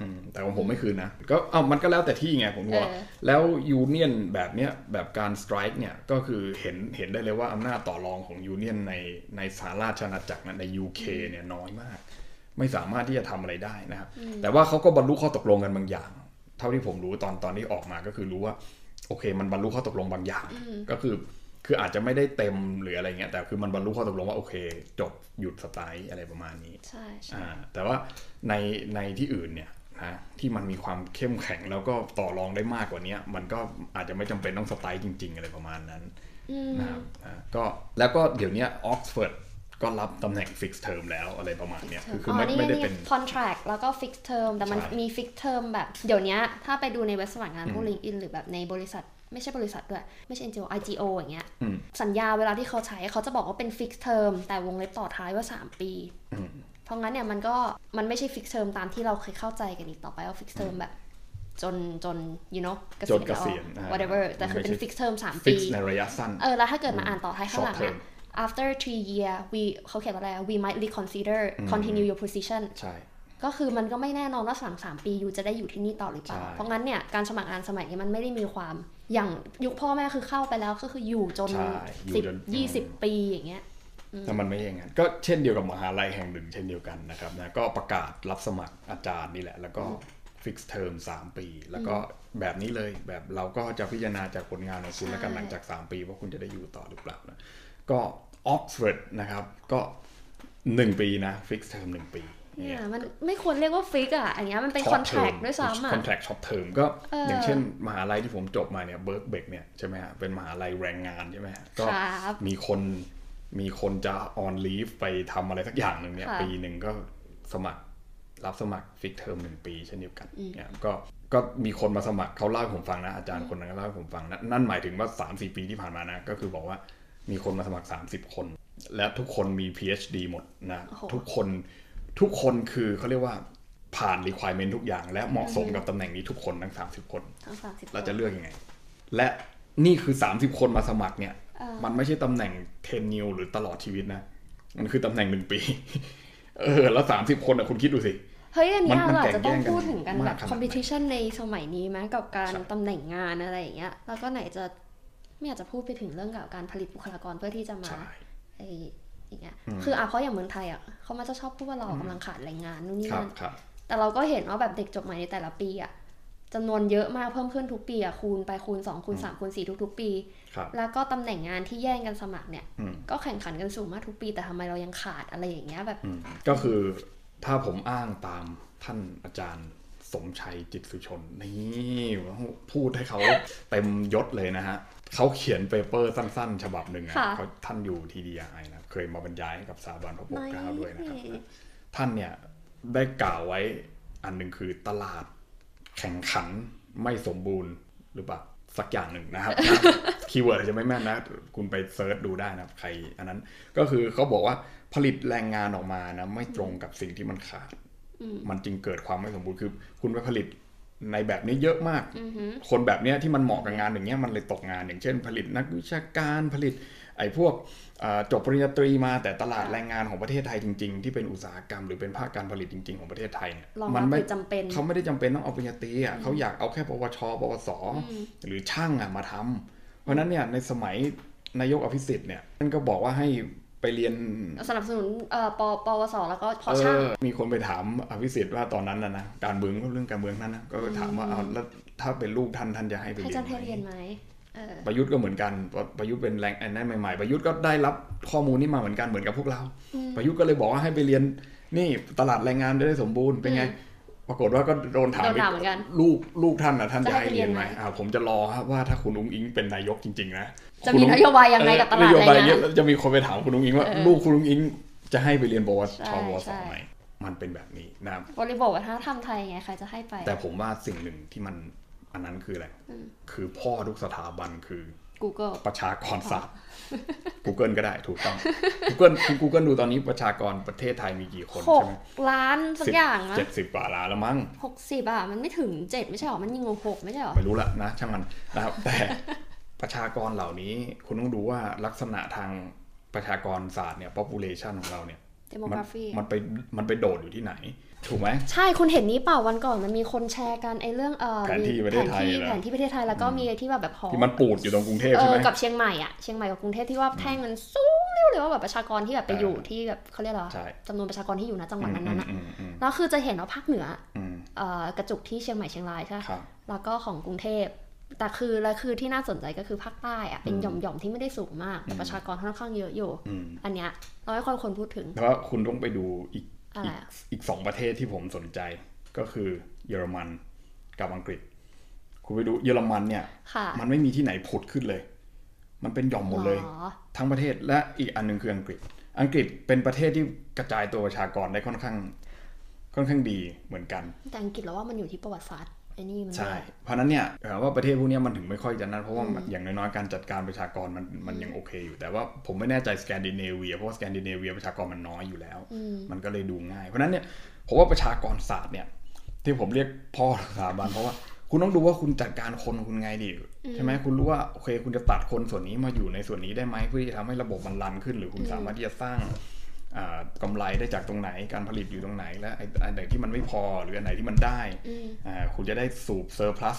S1: อืมแต่ของผมไม่คืนนะ ก็เอ้ามันก็แล้วแต่ที่ไงผมว่า
S2: เออ
S1: แล้วยูเนียนแบบเนี้ยแบบการสไตร์เนี่ยก็คือเห็นเห็นได้เลยว่าอำนาจต่อรองของยูเนียนในในสหราชอาณาจักรนะใน UK เนี่ยน้อยมาก ไม่สามารถที่จะทำอะไรได้นะครับ แต่ว่าเขาก็บรรลุข้อตกลงกันบางอย่าง เท่าที่ผมรู้ตอนตอนที่ออกมาก็คือรู้ว่า โอเค มันบรรลุข้อตกลงบางอย่าง ก็คือ คืออาจจะไม่ได้เต็มหรืออะไรเงี้ยแต่คือมันบรรลุข้อตกลงว่าโอเค จบหยุดสไตร์อะไรประมาณนี้
S2: ใช่ใช่
S1: อ่าแต่ว่าในในที่อื่นเนี่ยนะที่มันมีความเข้มแข็งแล้วก็ต่อรองได้มากกว่าเนี้ยมันก็อาจจะไม่จำเป็นต้องสไตล์จริง ๆ อะไรประมาณนั้น
S2: อืม
S1: นะครับอ่าก็แล้วก็เดี๋ยวเนี้ออกซฟอร์ดก็รับตำแหน่งฟิกซ์เทอมแล้วอะไรประมาณเนี้ยคือคืออไม่
S2: นี่
S1: ไม่ได้
S2: มี
S1: เป็น
S2: contract แล้วก็ fixed term แต่มัน
S1: ใช่
S2: มี fixed term แบบ เดี๋ยวเนี้ยถ้าไปดูในเว็บสมัครงานพวก LinkedIn หรือแบบในบริษัท ไม่ใช่บริษัทด้วย ไม่ใช่ NGO IGO อย่างเงี้ย
S1: อืม
S2: สัญญาเวลาที่เขาใช้เขาจะบอกว่าเป็น fixed term แต่วงเล็บต่อท้ายว่า 3 ปี
S1: อืม
S2: เพราะงั้นเนี่ยมันก็มันไม่ใช่ fixed term ตามที่เราเคยเข้าใจกันอีกต่อไปว่า fixed term แบบ จนจน you know เกษียณ
S1: จนเกษียณ
S2: แล้ว
S1: อ่า
S2: whatever แต่คือเป็น
S1: ไม่ใช่
S2: fixed term สาม
S1: ฟิ
S2: ปี
S1: กซ์ในระยะสั้น
S2: เออ แล้วถ้าเกิดมาอ่านต่อท้ายข้างหลัง
S1: Short term
S2: อะ after three year we เขาเขียนว่าอะไรอะ we might reconsider continue your position
S1: ใช่
S2: ก็คือมันก็ไม่แน่นอนว่าหลังสามปียูจะได้อยู่ที่นี่ต่อหรือเปล่า
S1: ใช่
S2: เพราะงั้นเนี่ยการสมัครงานสมัยนี้มันไม่ได้มีความอย่างยุคพ่อแม่คือเข้าไปแล้วก็คืออยู่จน
S1: ใช่อยู่
S2: สิบ
S1: จน
S2: ยี่สิบปีอย่างเงี้ย
S1: แต่มันไม่ใช่อย่างนั้นก็เช่นเดียวกับมหาลัยแห่งหนึ่งเช่นเดียวกันนะครับนะก็ประกาศรับสมัครอาจารย์นี่แหละ แล้วก็ฟิกซ์เทอม3ปี แล้วก็แบบนี้เลยแบบเราก็จะพิจารณาจากผลงานของคุณแล้วกัน
S2: ใช่
S1: หลังจาก 3 ปี ว่าคุณจะได้อยู่ต่อหรือเปล่านะก็ออกซฟอร์ดนะครับก็ 1 ปีนะฟิกซ์เทอม1ปี
S2: เนี่ยมันไม่ควรเรียกว่าฟิกอ่ะอันเนี้ยมันเป็นคอนแทคด้วยซ้ำอ่ะ
S1: คอนแทคช็อตเทอมก็
S2: เอออ
S1: อย่างเช่น มหาลัยที่ผมจบมาเนี่ยเบิร์กเบกเนี่ยใช่ไหมฮะเป็นมหาลัยแรงงานใช่ไหมฮะก็
S2: ครับ
S1: มีคนมีคนจะออนลีฟไปทำอะไรสักอย่างหนึ่งเนี่ย
S2: ค่ะ
S1: ปีหนึ่งก็สมัครรับสมัครฟิกเทอมหนึ่งปีเช่นเดียวกันเนี่ยก็ก็มีคนมาสมัครเขาเล่าให้ผมฟังนะอาจารย์คนนั้นก็เล่าให้ผมฟังนะนั่นหมายถึงว่า 3 4 ปีที่ผ่านมานะ ก็คือบอกว่ามีคนมาสมัคร 30 คน และทุกคนมี PhD หมดนะ
S2: โอ้โห
S1: ทุกคนทุกคนคือเขาเรียกว่าผ่าน requirement ทุกอย่าง และเหมาะสมกับตำแหน่งนี้ทุกคนทั้ง 30 คน
S2: ทั้งสามสิบ
S1: เราจะเลือกยังไง และนี่คือ 30 คนมาสมัครเนี่ย
S2: เออ
S1: มันไม่ใช่ตำแหน่งเทนนิวหรือตลอดชีวิตนะ มันคือตำแหน่งหนึ่งปี เออ แล้ว 30 คนอ่ะคุณคิดดูสิ
S2: เฮ้ยอันเนี้ย
S1: มัน
S2: เราอาจจะต้อง
S1: มันแข่งแย่งกัน
S2: พูดถึงกันแบ
S1: มาก
S2: บ
S1: ขนาดไหน
S2: คอมเพ t i ชันในสมัยนี้ไหมกับการ
S1: ใช่
S2: ตำแหน่งงานอะไรอย่างเงี้ยแล้วก็ไหนจะไม่อยากจะพูดไปถึงเรื่องเกี่ยวกับการผลิตบุคลากรเพื่อที่จะมา
S1: ใช่
S2: ไออย่างเงี้ยคืออ่ะเพราะอย่างเมืองไทยอ่ะเขามักจะชอบพูดว่าเรากำลังขาดแรงงานนู่นนี่
S1: ครับ
S2: นั่น
S1: ครับ
S2: แต่เราก็เห็นว่าแบบเด็กจบใหม่ในแต่ละปีอ่ะจำนวนเยอะมากเพิ่มขึ้นทุกปีอ่ะคูณไปคูณสองคูณสามคูณสี่ทุก ๆ ปี
S1: ครับ
S2: แล้วก็ตำแหน่งงานที่แย่งกันสมัครเนี่ย
S1: อืม
S2: ก็แข่งขันกันสูงมากทุกปีแต่ทำไมเรายังขาดอะไรอย่างเงี้ยแบบ
S1: อืมก็คือถ้าผมอ้างตามท่านอาจารย์สมชัยจิตสุชน นี่พูดให้เขา เต็มยศเลยนะฮะเขาเขียนเปเปอร์สั้นๆ ฉบับหนึ่งอะ
S2: ค่ะ
S1: เขาท่านอยู่ทีดีไอนะเคยมาบรรยายให้กับสถาบันพระปกเกล้าด้วยนะครับ
S2: ไม่
S1: ท่านเนี่ยได้กล่าวไว้อันหนึ่งคือตลาดแข่งขันไม่สมบูรณ์หรือเปล่าสักอย่างหนึ่งนะครับ คีย์เวิร์ดอาจจะไม่แม่นนะ คุณไปเซิร์ชดูได้นะครับใครอันนั้นก็คือเขาบอกว่าผลิตแรงงานออกมานะ ไม่ตรงกับสิ่งที่มันขาด มันจึงเกิดความไม่สมบูรณ์คือ คุณไปผลิตในแบบนี้เยอะมาก คนแบบเนี้ยที่มันเหมาะกับงานอย่างเงี้ยมันเลยตกงานอย่างเช่น ผลิตนักวิชาการผลิต ไอ้พวกเอ่อจบปริญญาตรีมาแต่ตลาดแรงงานของประเทศไทยจริง ๆ ที่เป็นอุตสาหกรรมหรือเป็นภาคการผลิตจริง ๆของประเทศไทยเนี่ย
S2: รองรับ
S1: มัไม่
S2: หรือจำเป็น
S1: เขาไม่ได้จำเป็นต้องเอาปริญญาตรีอ่ะเขาอยากเอาแค่ปวช ปวส หรือช่างอ่ะมาทำเพราะฉะนั้นเนี่ยในสมัยนายกอภิสิทธิ์เนี่ยท่านก็บอกว่าให้ไปเรียน
S2: สนับสนุนเอ่อปปวสแล้วก็พอช่าง
S1: เออมีคนไปถามอภิสิทธิ์ว่าตอนนั้นนะนะการเมืองก็เรื่องการเมืองนั่นนะก็ถามว่าเอาแล้วถ้าเป็นลูกท่านท่านจะให้ไป
S2: ให้
S1: เรีย
S2: จั
S1: น
S2: นให้เรียน
S1: ไหม
S2: ไหมเออ
S1: ประยุทธ์ก็เหมือนกันประประยุทธ์เป็นแรงอันนั้นใหม่ๆ ประยุทธ์ก็ได้รับข้อมูลนี้มาเหมือนกันเหมือนกับพวกเรา ประยุทธ์ก็เลยบอกว่าให้ไปเรียนนี่ตลาดแรงงานจะได้สมบูรณ์เป็นไง ปรากฏว่าก็โดนถาม
S2: โดนถามเหมือนกัน
S1: ลูกลูกท่านนะท่าน
S2: จะ
S1: จะ
S2: ให้
S1: ให้เรียนไหม
S2: เรียนไหม
S1: อ่าผมจะรอครับว่าถ้าคุณอุ้งอิงเป็นนายกจริงๆนะ
S2: จะ
S1: คุณ
S2: มี
S1: อุ๊
S2: นโยบายยังไงกับตลาด
S1: เออนโยบาย
S2: แรงงาน
S1: เยอะแล้วจะมีคนไปถามคุณอุ้งอิงว่า
S2: เออ
S1: ลูกคุณอุ้งอิงจะให้ไปเรียนปวช
S2: ใช่
S1: วส
S2: ใช่
S1: ไหมมันเป็นแบบนี้นะครับ
S2: บริบทวัฒนธรรมไทยไงใครจะให้ไป
S1: แต่ผมว่าสิ่งหนึ่งที่มัน อันนั้นคืออะไร
S2: อืม
S1: คือพ่อทุกสถาบันคือ
S2: Google
S1: ประชากรศาสตร์ Google ก็ได้ถูกต้อง Google คุณ Google ดูตอนนี้ประชากรประเทศไทยมีกี่คน
S2: ห
S1: ใช่
S2: ก
S1: ไหม
S2: ล้านสักอย่างนะ
S1: เจ็ดสิบกว่าล้านแล้วมั้ง
S2: หกสิบอ่ะ มันไม่ถึงเจ็ดไม่ใช่หรอ มันยิงหกไม่ใช่หรอ
S1: ไม่รู้ละนะช่างมันนะครับ แต่ประชากรเหล่านี้คุณต้องดูว่าลักษณะทางประชากรศาสตร์เนี่ย population ของเราเนี่ย
S2: demography
S1: มันไปมันไปโดดอยู่ที่ไหน ถูกไหม
S2: ใช่คุณเห็นนี้เปล่าวันก่อนมันมีคนแชร์กันไอ้เรื่องเอ่อ
S1: แผนที่ประเทศไทย
S2: แผนที่
S1: เหรอ
S2: แผนที่ประเทศไทยแล้วก็มีไอ้ที่แบบแบบหอ
S1: ที่มันปูดอยู่ตรงกรุงเทพ
S2: เอ
S1: ใช่ไห
S2: อ
S1: ม
S2: กับเชียงใหม่อ่ะเชียงใหม่กับกรุงเทพที่ว่าแท่งมันสูงเร็วเลยว่าแบบประชากรที่แบบไปอยู่ที่แบบเขาเรียกอะไรวะ
S1: ใช่
S2: จำนวนประชากรที่อยู่นะจังหวัด
S1: อื
S2: นั้น
S1: ม
S2: ๆอะ
S1: อืมอืม
S2: แล้วคือจะเห็นว่าภาคเหนือ
S1: อืม
S2: เอ่อกระจุกที่เชียงใหม่เชียงรายใช่ปะ
S1: ครับ
S2: แล้วก็ของกรุงเทพ แต่คือแล้วคือที่น่าสนใจก็คือภาคใต้อะเป็นหย่อมๆที่ไม่ได้สูงมาก แต่
S1: อืม
S2: ประชากรค่อนข้างเยอะอยู่
S1: อืม
S2: อันเนี้ยเราไม่ค่อยคนพูดถึง
S1: แล้วคุณต้องไปดูอีก
S2: อะไร
S1: อีก
S2: อะ
S1: อีกสองประเทศที่ผมสนใจก็คือเยอรมันกับอังกฤษ คุณไปดูเยอรมันเนี่ย
S2: ค่ะ
S1: มันไม่มีที่ไหนผุดขึ้นเลย มันเป็นหย่อมหมดเลย
S2: อ๋อ
S1: ทั้งประเทศและอีกอันหนึ่งคืออังกฤษ อังกฤษเป็นประเทศที่กระจายตัวประชากรได้ค่อนข้าง ค่อนข้างดีเหมือนกัน
S2: แต่อังกฤษเราว่ามันอยู่ที่ประวัติศาสตร์ไอ้นี่มัน
S1: ใช่ เพราะฉะนั้นเนี่ยเอ่อว่าประเทศพวกเนี้ยมันถึงไม่ค่อยจะนั่นเพราะว่าอย่างน้อยๆการจัดการประชากรมันมันยังโอเคอยู่ แต่ว่าผมไม่แน่ใจสแกนดิเนเวียเพราะว่าสแกนดิเนเวียประชากรมันน้อยอยู่แล้ว
S2: อืม
S1: มันก็เลยดูง่าย เพราะฉะนั้นเนี่ยผมว่าประชากรศาสตร์เนี่ย ที่ผมเรียกพ่อสถาบันเพราะว่าคุณต้องดูว่าคุณจัดการคนคุณไงดีใช่ไหมคุณรู้ว่าโอเค คุณจะตัดคนส่วนนี้มาอยู่ในส่วนนี้ได้ไหมเพื่อที่จะทำให้ระบบมันรันขึ้น หรือคุณสามารถที่จะสร้างอ่ากำไรได้จากตรงไหนการผลิตอยู่ตรงไหน และไอ้อันไหนที่มันไม่พอหรืออันไหนที่มันได้
S2: อืม
S1: อ่าคุณจะได้สูบเซอร์พลัส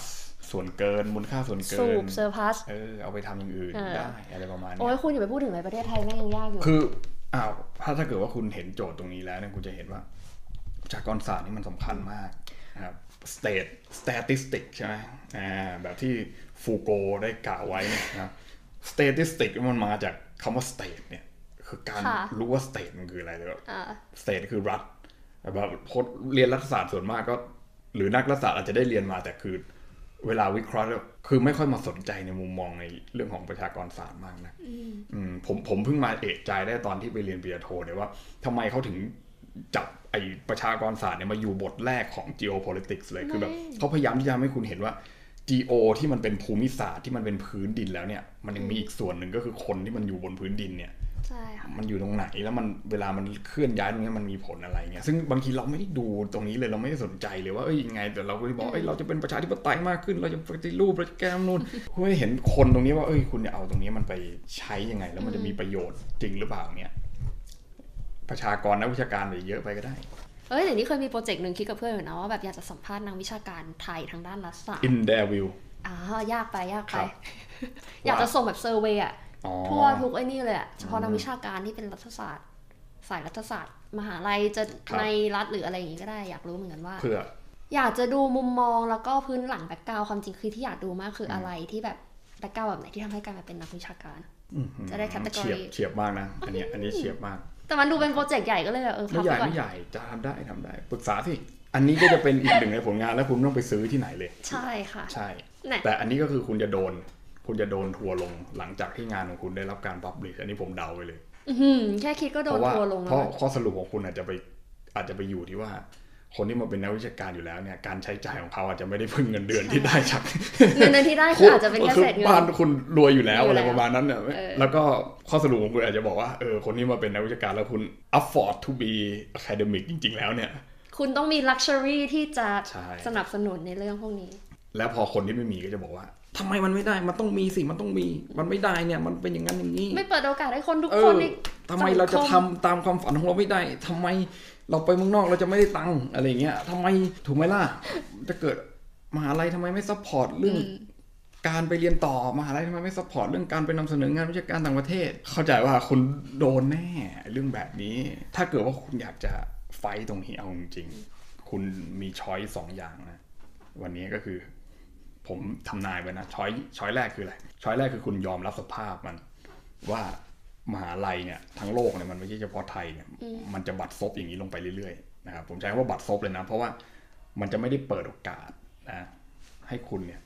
S1: ส่วนเกินมูลค่าส่วนเกิ
S2: สู
S1: น
S2: บเซอร์พัส
S1: เออเอาไปทำอย่างอื่น
S2: เออ
S1: ได้อะไรประมาณ
S2: โอ้
S1: เนี้
S2: ย
S1: ย
S2: คุณอย่าไปพูดถึงเลยประเทศไทยแม่งยังยากอยู่
S1: คืออ้าวถ้าถ้าเกิดว่าคุณเห็นโจทย์ตรงนี้แล้วเนี่ยคุณจะเห็นว่าประชากรศาสตร์นี่มันสำคัญมากนะครับ state statistic ใช่ไหมอ่าแบบที่ฟูโกได้กล่าวไว้เนี่ยนะครับ statistic มันมาจากคำว่า state เนี่ยคือการ
S2: ค่ะ
S1: รู้ว่า state มันคืออะไรเลย
S2: อ่า
S1: สเตทคือรัฐแบบคนเรียนรัฐศาสตร์ส่วนมากก็ หรือนักรัฐศาสตร์อาจจะได้เรียนมาแต่คือ เวลาวิเคราะห์แล้วคือไม่ค่อยมาสนใจในมุมมองในเรื่องของประชากรศาสตร์มากนะอืมผมผมเพิ่งมาเอะใจได้ตอนที่ไปเรียนปริญญาโทเนี่ยว่าทำไมเขาถึงจับไอประชากรศาสตร์เนี่ยมาอยู่บทแรกของ geopolitics เลยคือแบบ
S2: ไม่
S1: เขาพยายามที่จะให้คุณเห็นว่า geo ที่มันเป็นภูมิศาสตร์ที่มันเป็นพื้นดินแล้วเนี่ย มันยังมีอีกส่วนหนึ่งก็คือคนที่มันอยู่บนพื้นดินเนี่ย
S2: ใช่ค่ะ
S1: มันอยู่ตรงไหนแล้วมันเวลามันเคลื่อนย้ายตรงเนี้ยมันมีผลอะไรเงี้ยซึ่งบางทีเราไม่ได้ดูตรงนี้เลยเราไม่ได้สนใจเลยว่าเอ้ยยังไงแต่เราก็เลยบอกเอ้ยเราจะเป็นประชาธิปไตยมากขึ้น เราจะปฏิรูปเราจะแก้รัฐธรรมนู่นคุณไม่เห็นคนตรงนี้ว่าเอ้ยคุณจะเอาตรงนี้มันไปใช้ยังไง แล้วมันจะมีประโยชน์จริงหรือเปล่าเนี่ยประชากรนักวิชาการไปเยอะไปก็ได้
S2: เอ้ยเดี๋ยวนี้เคยมีโปรเจกต์หนึ่งคิดกับเพื่อนอยู่นะว่าแบบอยากจะสัมภาษณ์นักวิชาการไทยทางด้านรัฐศาสตร์
S1: in their view
S2: อ่ายากไปยาก
S1: ค
S2: ไป
S1: รับ
S2: อยากจะส่งแบบเซอร์เวย์อะ
S1: อ๋อ
S2: ทั่วทุกไอ้นี่เลยอะเฉพาะนักวิชาการที่เป็นรัฐศาสตร์ สายรัฐศาสตร์ มหาลัยจะ
S1: ครับ
S2: ในรัฐหรืออะไรอย่างนี้ก็ได้อยากรู้เหมือนกันว่า
S1: เพื่อ
S2: อยากจะดูมุมมองแล้วก็พื้นหลังแบ็กกราวความจริงคือที่อยากดูมากคืออะไรที่แบบแบ็กกราวแบบไหนที่ทำให้กลารมาเป็นนักวิชาการ
S1: อื้อหือ
S2: จะได้ category
S1: เฉียบเฉียบมากนะอันเนี้ยอันนี้เฉียบมาก
S2: แต่มันดูเป็นโปรเจกต์ใหญ่ก็เลยแบบเออพั
S1: ไม่ให
S2: บ
S1: ญ่
S2: ไปก่อน
S1: ไม่ใหญ่จะทำได้ทำได้ปรึกษาสิอันนี้ก็จะเป็นอีกหนึ่งในผลงานแล้วคุณไม่ต้องไปซื้อที่ไหนเลย
S2: ใช่ค่ะ
S1: ใช่
S2: เนี่ย
S1: แต่อันนี้ก็คือคุณจะโดน คุณจะโดนทัวร์ลงหลังจากที่งานของคุณได้รับการพับลิชอันนี้ผมเดาไปเลย
S2: อื้อหือแค่คิดก็โด
S1: เพ
S2: น
S1: ราะว่า
S2: ทัวร์ลง
S1: เพ
S2: แล้ว
S1: ราะ
S2: อะ
S1: ข้อสรุปของคุณอาจจะไปอาจจะไปอยู่ที่ว่า คนที่มาเป็นนักวิชาการอยู่แล้วเนี่ยการใช้จ่ายของเขาอาจจะไม่ได้พึ่งเงินเดือนที่ได้ จาก
S2: เงินเดือนที่ได้คืออาจจะเป็นแค่
S1: คือ
S2: เศษเงิ
S1: บ้าน
S2: น
S1: คุณรวยอยู่แล้ว
S2: อยู่
S1: อะไร
S2: แล้ว
S1: ประมาณนั้นเนี่ยแล้วก็ข้อสรุปของคุณอาจจะบอกว่าเออคนที่มาเป็นนักวิชาการแล้วคุณ afford to be academic จริง ๆ แล้วเนี่ย
S2: คุณต้องมีลักชัวรี่ที่จะ
S1: ใช่
S2: สนับสนุนในเรื่องพวกนี้
S1: แล้วพอคนที่ไม่มีก็จะบอกว่าทำไมมันไม่ได้มันต้องมีสิมันต้องมีมันไม่ได้เนี่ยมันเป็นอย่างนั้นอย่างนี้
S2: ไม่เปิดโอกาสให้คนทุก
S1: เอ
S2: ค
S1: อน
S2: ใน
S1: ทำไมเราจะ
S2: สังค
S1: ทำตามความฝันของเราไม่ได้ทำไมเราไปเมืองนอกเราจะไม่ได้ตังค์อะไรอย่างเงี้ยทำไมถูกไหมล่ะจะเกิดมหาลัยทำไมไม่ซัพพอร์ตเรื่อง การไปเรียนต่อมหาลัยทำไมไม่ซัพพอร์ตเรื่องการไปนำเสนองานวิชาการต่างประเทศ เข้าใจว่าคุณโดนแน่เรื่องแบบนี้ ถ้าเกิดว่าคุณอยากจะไฟท์ตรงนี้เอาจริงๆคุณมีช้อยสองอย่างนะวันนี้ก็คือ ผมทำนายไว้นะช้อยช้อยแรกคืออะไรช้อยแรกคือคุณยอมรับสภาพมัน ว่ามหาลัยเนี่ยทั้งโลกเนี่ยมันไม่ใช่เฉพาะไทยเนี่ยมันจะบัดซบอย่างนี้ลงไปเรื่อยๆนะครับผมใช้คำว่าบัดซบเลยนะ เพราะว่ามันจะไม่ได้เปิดโอกาสนะให้คุณเนี่ย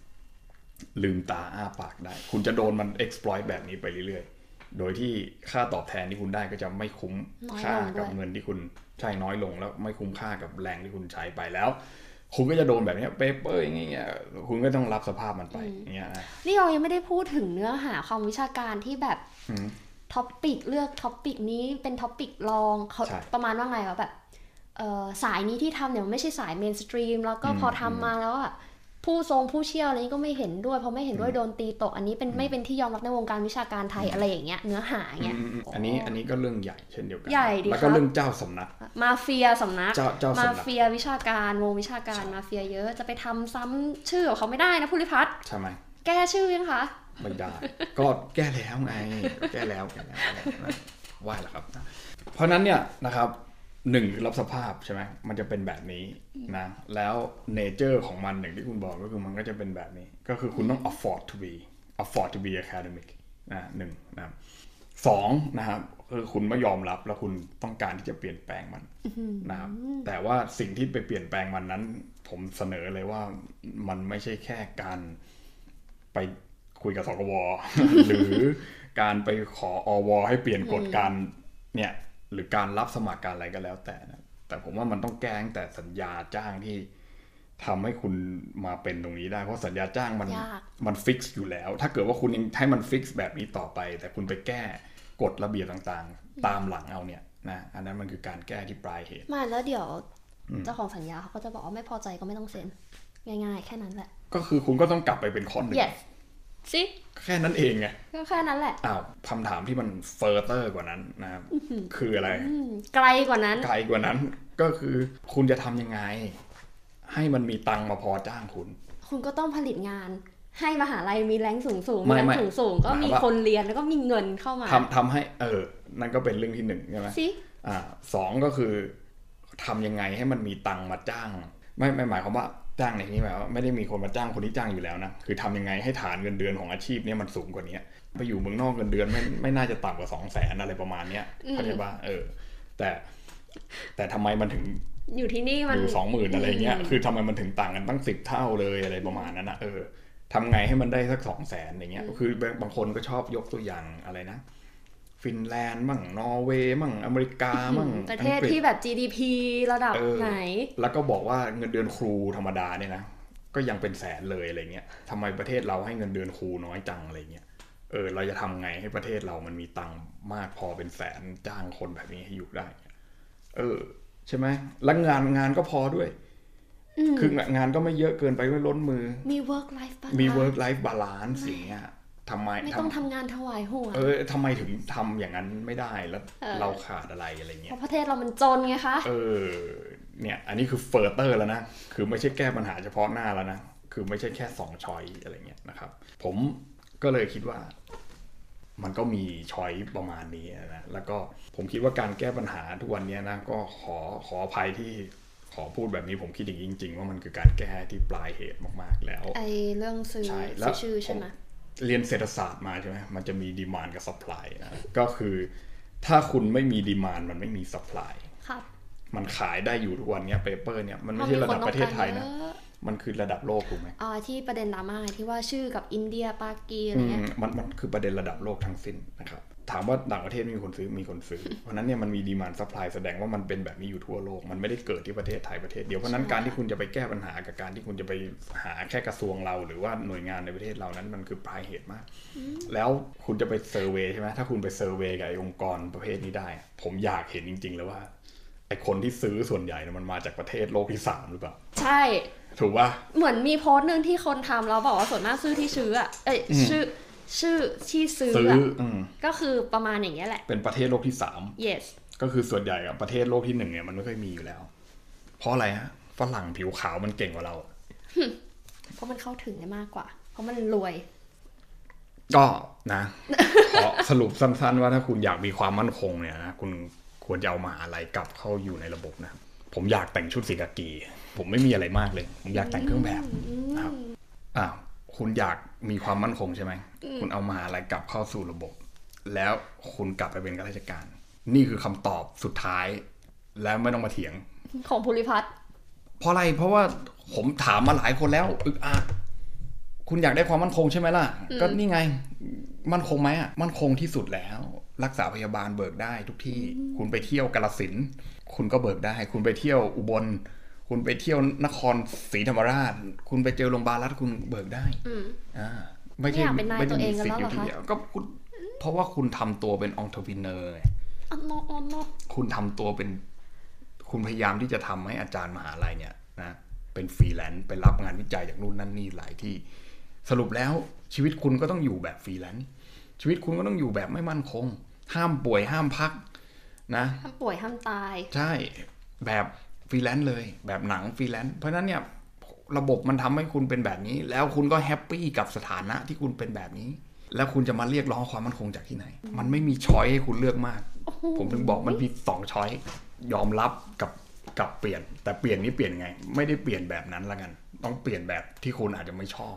S1: ลืมตาอ้าปากได้ คุณจะโดนมัน exploit แบบนี้ไปเรื่อยๆ โดยที่ค่าตอบแทนที่คุณได้ก็จะไม่คุ้ม
S2: น้อยลงด้วย
S1: ค่ากับเงินที่คุณใช้น้อยลงแล้วไม่คุ้มค่ากับแรงที่คุณใช้ไปแล้ว คุณก็จะโดนแบบเนี้เปเปอร์อย่างเงี้ยคุณก็ต้องรับสภาพมันไป
S2: อืม
S1: อย่างเงี้ยนะ
S2: นี่เรายังไม่ได้พูดถึงเนื้อหาความวิชาการที่แบบ
S1: อืม
S2: ท็อปปิกเลือกท็อปปิกนี้เป็นท็อปปิกรองเขา
S1: ใช่
S2: ประมาณว่าไงวะแบบเอ่อสายนี้ที่ทำเนี่ยมันไม่ใช่สายเมนสตรีมแล้วก็
S1: อืม
S2: พอทำมาแล้วอ่ะผู้ทรงผู้เชี่ยวอะไรนี้ก็ไม่เห็นด้วยเพราะไม่เห็นด้วยโดนตีตกอันนี้เป็นไม่เป็นที่ยอมรับในวงการวิชาการไทยอะไรอย่างเงี้ยเนื้อหาอย่างเงี้ย
S1: อืมอืมอืมอันนี้อันนี้ก็เรื่องใหญ่เช่นเดียวกัน
S2: ใหญ่ดิ
S1: แล้วก็
S2: ครับ
S1: เรื่องเจ้าสำนัก
S2: มาเฟียสำนัก
S1: เจ้าเจ้า
S2: มา
S1: สำนัก
S2: เฟียวิชาการวงวิชาการ
S1: ใช่
S2: มาเฟียเยอะจะไปทำซ้ำชื่อของเขาไม่ได้นะผู้ริพัฒน์
S1: ใช่ไหม
S2: แก้ชื่อยังคะ
S1: ไม่ได้ ก็แก้แล้วไงแก้แล้วแก้แล้วแก้แล้วว่าแหละครับ เพราะฉะนั้นเนี่ยนะครับหนึ่งคือรับสภาพใช่ไหมมันจะเป็นแบบนี้นะแล้วเนเจอร์ของมันอย่างที่คุณบอกก็คือมันก็จะเป็นแบบนี้ ก็คือคุณต้อง afford to be afford to be academic นะหนึ่งนะครับสองนะครับคือคุณไม่ยอมรับแล้วคุณต้องการที่จะเปลี่ยนแปลงมัน นะครับแต่ว่าสิ่งที่ไปเปลี่ยนแปลงมันนั้น ผมเสนอเลยว่ามันไม่ใช่แค่การไปคุยกับสกว หรือการไปขออว ให้เปลี่ยนกฎการเนี่ยหรือการรับสมัครการอะไรก็แล้วแต่นะแต่ผมว่ามันต้องแก้ตั้งแต่สัญญาจ้างที่ทำให้คุณมาเป็นตรงนี้ได้เพราะสัญญาจ้างมัน
S2: ยาก
S1: มันฟิกซ์อยู่แล้ว ถ้าเกิดว่าคุณยังให้มันฟิกซ์แบบนี้ต่อไป แต่คุณไปแก้กฎระเบียบต่างๆ ตามหลังเอาเนี่ยนะอันนั้นมันคือการแก้ที่ปลายเหตุ
S2: ไมาแล้วเดี๋ยวเจ้าของสัญญาเขาก็จะบอกว่าไม่พอใจก็ไม่ต้องเซ็น ง่ายๆ แค่นั้นแหละ
S1: ก็คือคุณก็ต้องกลับไปเป็นคอนหนึ่ง
S2: yes สิ
S1: แค่นั้นเองไง
S2: ก็แค่นั้นแหละ
S1: อ้าวคำถามที่มันเฟอร์เตอร์กว่านั้นนะครับคืออะไร
S2: อืมไกลกว่านั้น
S1: ไกลกว่านั้นก็คือคุณจะทำยังไง ให้มันมีตังค์มาพอจ้างคุณ
S2: คุณก็ต้องผลิตงาน ให้มหาลัยมีแรงสูงสูง
S1: ไม่
S2: แรง
S1: ไม่
S2: สูงสูงก็มี
S1: หมายว่า
S2: คนเรียนแล้วก็มีเงินเข้ามา
S1: ทำทำให้เออนั่นก็เป็นเรื่องที่หนึ่งใช่ไหม
S2: สิ
S1: อ่าสองก็คือทำยังไงให้มันมีตังค์มาจ้าง ไม่ไม่หมายความว่าจ้างในที่นี้หมายความว่าไม่ได้มีคนมาจ้างคนที่จ้างอยู่แล้วนะคือทำยังไงให้ฐานเงินเดือนของอาชีพเนี้มันสูงกว่านี้ไปอยู่เมืองนอกเงินเดือนไม่ไม่น่าจะต่ำกว่าสองแสนอะไรประมาณเนี้ยเข้าใจป่ะเออ แต่แต่ทำไมมันถึง
S2: อยู่ที่นี่มัน
S1: อยู่สองหมื่นอะไรเงี้ย
S2: อืม
S1: คือทำไมมันถึงต่างกันตั้งสิบเท่าเลยอะไรประมาณนั้นนะเออทำไงให้มันได้สักสองแสนอย่างเงี้ย คือบางคนก็ชอบยกตัวอย่างอะไรนะ ฟินแลนด์มั่งนอร์เวย์มั่งอเมริกามั่ง
S2: ประเทศ
S1: อังกฤษ
S2: ที่แบบ GDP ระดับ
S1: เออ
S2: ไหน
S1: แล้วก็บอกว่าเงินเดือนครูธรรมดาเนี่ยนะก็ยังเป็นแสนเลยอะไรเงี้ยทำไมประเทศเราให้เงินเดือนครูน้อยจังอะไรเงี้ยเออเราจะทำไงให้ประเทศเรามันมีตังค์มากพอเป็นแสนจ้างคนแบบนี้ให้อยู่ได้ เออ ใช่ไหมแล้วงานงานก็พอด้วย
S2: อืม
S1: คืองานก็ไม่เยอะเกินไปไม่ล้นมือ
S2: มี work life บ้าง
S1: มี work life balance อย่างเงี้ยทำไม
S2: ไม่ต้อง
S1: ทำ
S2: ทำงานถวายหัว
S1: เออทำไมถึงทำอย่างนั้นไม่ได้แล้ว
S2: เออ
S1: เราขาดอะไรอะไรเงี้ย
S2: เพราะประเทศเรามันจนไงคะ
S1: เออ เนี่ย อันนี้คือเฟอร์เตอร์แล้วนะ คือไม่ใช่แก้ปัญหาเฉพาะหน้าแล้วนะ คือไม่ใช่แค่สองช้อยอะไรเงี้ยนะครับ ผมก็เลยคิดว่า มันก็มีช้อยประมาณนี้นะ แล้วก็ผมคิดว่าการแก้ปัญหาทุกวันเนี้ยนะ ก็ขอขออภัยที่ขอพูดแบบนี้ผมคิดอย่างนี้จริง ๆ ว่ามันคือการแก้ที่ปลายเหตุมาก ๆ แล้ว
S2: ไอเรื่องซื้อ
S1: ใช่แล้
S2: ซื้
S1: ว
S2: อชื่อใช่ไหม
S1: ผมเรียนเศรษฐศาสตร์มาใช่ไหมมันจะมีดีมานกับสป라이นะก็คือถ้าคุณไม่มีดีมานมันไม่มีสป라이
S2: ครับ
S1: มันขายได้อยู่ทุกวันเนี้ยเปเปอร์เนี่ยมันไม่ใช่ระดับประเทศไทยนะ
S2: เพรามีคต้องการเอ
S1: มันคือระดับโลกถูกไหม
S2: อ่าที่ประเด็นดราม่าที่ว่าชื่อกับอินเดียปากีอะไรเงี้ย
S1: อืมมันมันคือประเด็นระดับโลกทั้งสิ้นนะครับ ถามว่าต่างประเทศมีคนซื้อมีคนซื้อ เพราะฉะนั้นเนี่ยมันมีดีมานซัพพลายแสดงว่ามันเป็นแบบนี้อยู่ทั่วโลก มันไม่ได้เกิดที่ประเทศไทยประเทศเดียว เพราะฉะนั้น
S2: ใช่
S1: การที่คุณจะไปแก้ปัญหากับการที่คุณจะไปหาแค่กระทรวงเรา หรือว่าหน่วยงานในประเทศเรานั้นมันคือปลายเหตุมาก แล้วคุณจะไปเซอร์เวยใช่ไหมถ้าคุณไปเซอร์เวยกับไอ้องค์กรประเภทนี้ได้ ผมอยากเห็นจริง ๆ แล้วว่าไอ้คนที่ซื้อส่วนใหญ่เนี่ยมันมาจากประเทศโลกที่สามหรือเปล่า
S2: ใช่
S1: ถูกป่ะ
S2: เหมือนมีโพสต์หนึ่งที่คนทำแล้วบอกว่าส่วนมากชื่อที่ซื้ออะเอ้ย
S1: อืม
S2: ชื่อ ชื่อที่ซื้อ
S1: ซื้อ
S2: อะ
S1: อืม
S2: ก็คือประมาณอย่างเงี้ยแหละ
S1: เป็นประเทศโลกที่สาม
S2: yes
S1: ก็คือส่วนใหญ่อะประเทศโลกที่หนึ่งเนี่ยมันไม่ค่อยมีอยู่แล้ว เพราะอะไรฮะฝรั่งผิวขาวมันเก่งกว่าเรา
S2: เพราะมันเข้าถึงได้มากกว่า เพราะมันรวย
S1: ก็นะ ขอสรุปสั้นๆ ว่าถ้าคุณอยากมีความมั่นคงเนี่ยนะคุณควรจะเอามหาลัยกลับเข้าอยู่ในระบบนะผมอยากแต่งชุดสีกากี ผมไม่มีอะไรมากเลย ผมอยากแต่งเครื่องแบบนะครับอ้าวคุณอยากมีความมั่นคงใช่ไหมคุณเอามหาลัยกลับเข้าสู่ระบบ แล้วคุณกลับไปเป็นข้าราชการ นี่คือคำตอบสุดท้าย แล้วไม่ต้องมาเถียง
S2: ของภูริพัฒน์
S1: เพราะอะไร เพราะว่าผมถามมาหลายคนแล้วอึกอักคุณอยากได้ความมั่นคงใช่ไหมล่ะ ก็นี่ไง มั่นคงไหมอ่ะ มั่นคงที่สุดแล้ว รักษาพยาบาลเบิกได้ทุกที่ คุณไปเที่ยวกาลสินธุ์คุณก็เบิกได้ คุณไปเที่ยวอุบล คุณไปเที่ยวนครศรีธรรมราช คุณไปเจอโรงพยาบาลรัฐคุณเบิกได้
S2: อืม
S1: อ่าไม่ใช่
S2: ไม่อยากเป็นนาย
S1: ไม่ได้
S2: ตัวเอ
S1: มี
S2: งกัน
S1: สิทธิ์อยู่
S2: แล้ว
S1: ที่
S2: เหรอคะ
S1: เดียวก็คุณเพราะว่าคุณทำตัวเป็นองค์ทวินเนอร์
S2: อ๋อนออ๋อนอ
S1: คุณทำตัวเป็น คุณพยายามที่จะทำให้อาจารย์มหาลัยเนี่ยนะเป็นฟรีแลนซ์ไปรับงานวิจัยจากนู่นนั่นนี่หลายที่ สรุปแล้วชีวิตคุณก็ต้องอยู่แบบฟรีแลนซ์ชีวิตคุณก็ต้องอยู่แบบไม่มั่นคง ห้ามป่วยห้ามพักนะ
S2: ห้ามป่วยห้ามตาย
S1: ใช่แบบฟรีแลนซ์เลย แบบหนังฟรีแลนซ์เพราะฉะนั้นเนี่ยระบบมันทำให้คุณเป็นแบบนี้ แล้วคุณก็แฮปปี้กับสถานะที่คุณเป็นแบบนี้ แล้วคุณจะมาเรียกร้องความมั่นคงจากที่ไหน มันไม่มีช้อยให้คุณเลือกมาก
S2: โอ้โห
S1: ผมถึงบอกมันมีสองช้อยยอมรับกับกับเปลี่ยน แต่เปลี่ยนนี่เปลี่ยนไง ไม่ได้เปลี่ยนแบบนั้นละกัน ต้องเปลี่ยนแบบที่คุณอาจจะไม่ชอบ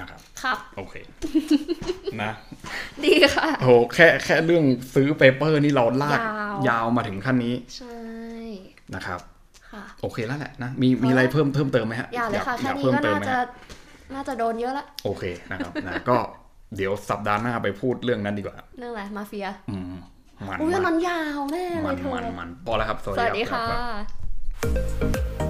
S1: นะครับ
S2: ครับ
S1: โอเค นะ
S2: ดีค่ะ
S1: โอ้โหแค่แค่เรื่องซื้อเปเปอร์นี่เราลาก
S2: ยาว
S1: ยาวมาถึงขั้นนี้
S2: ใช่
S1: นะครับ
S2: ค่ะ
S1: โอเคแล้วแหละนะมีมีอะไรเพิ่มเพิ่มเติมไหมฮะ
S2: อย่าเลยค่ะ
S1: อ
S2: แค่
S1: ยาก
S2: นี้
S1: เพิ่ม
S2: ก็
S1: เติม
S2: น่า
S1: ไหม
S2: จะ
S1: ฮะ
S2: น่าจะโดนเยอะละ
S1: โอเคนะครับ นะก็เดี๋ยวสัปดาห์หน้าไปพูดเรื่องนั้นดีกว่า
S2: เรื่องอะไรมาเฟีย
S1: อืมมัน
S2: อุ้ยอัน
S1: มา
S2: นั้
S1: ก
S2: นยาวแน่เล
S1: มั
S2: ย
S1: น
S2: เธ
S1: มั
S2: อน
S1: มันพอแล้วครับ ส
S2: สวัส
S1: วัส
S2: ดี
S1: ดีครับ
S2: ค่ะ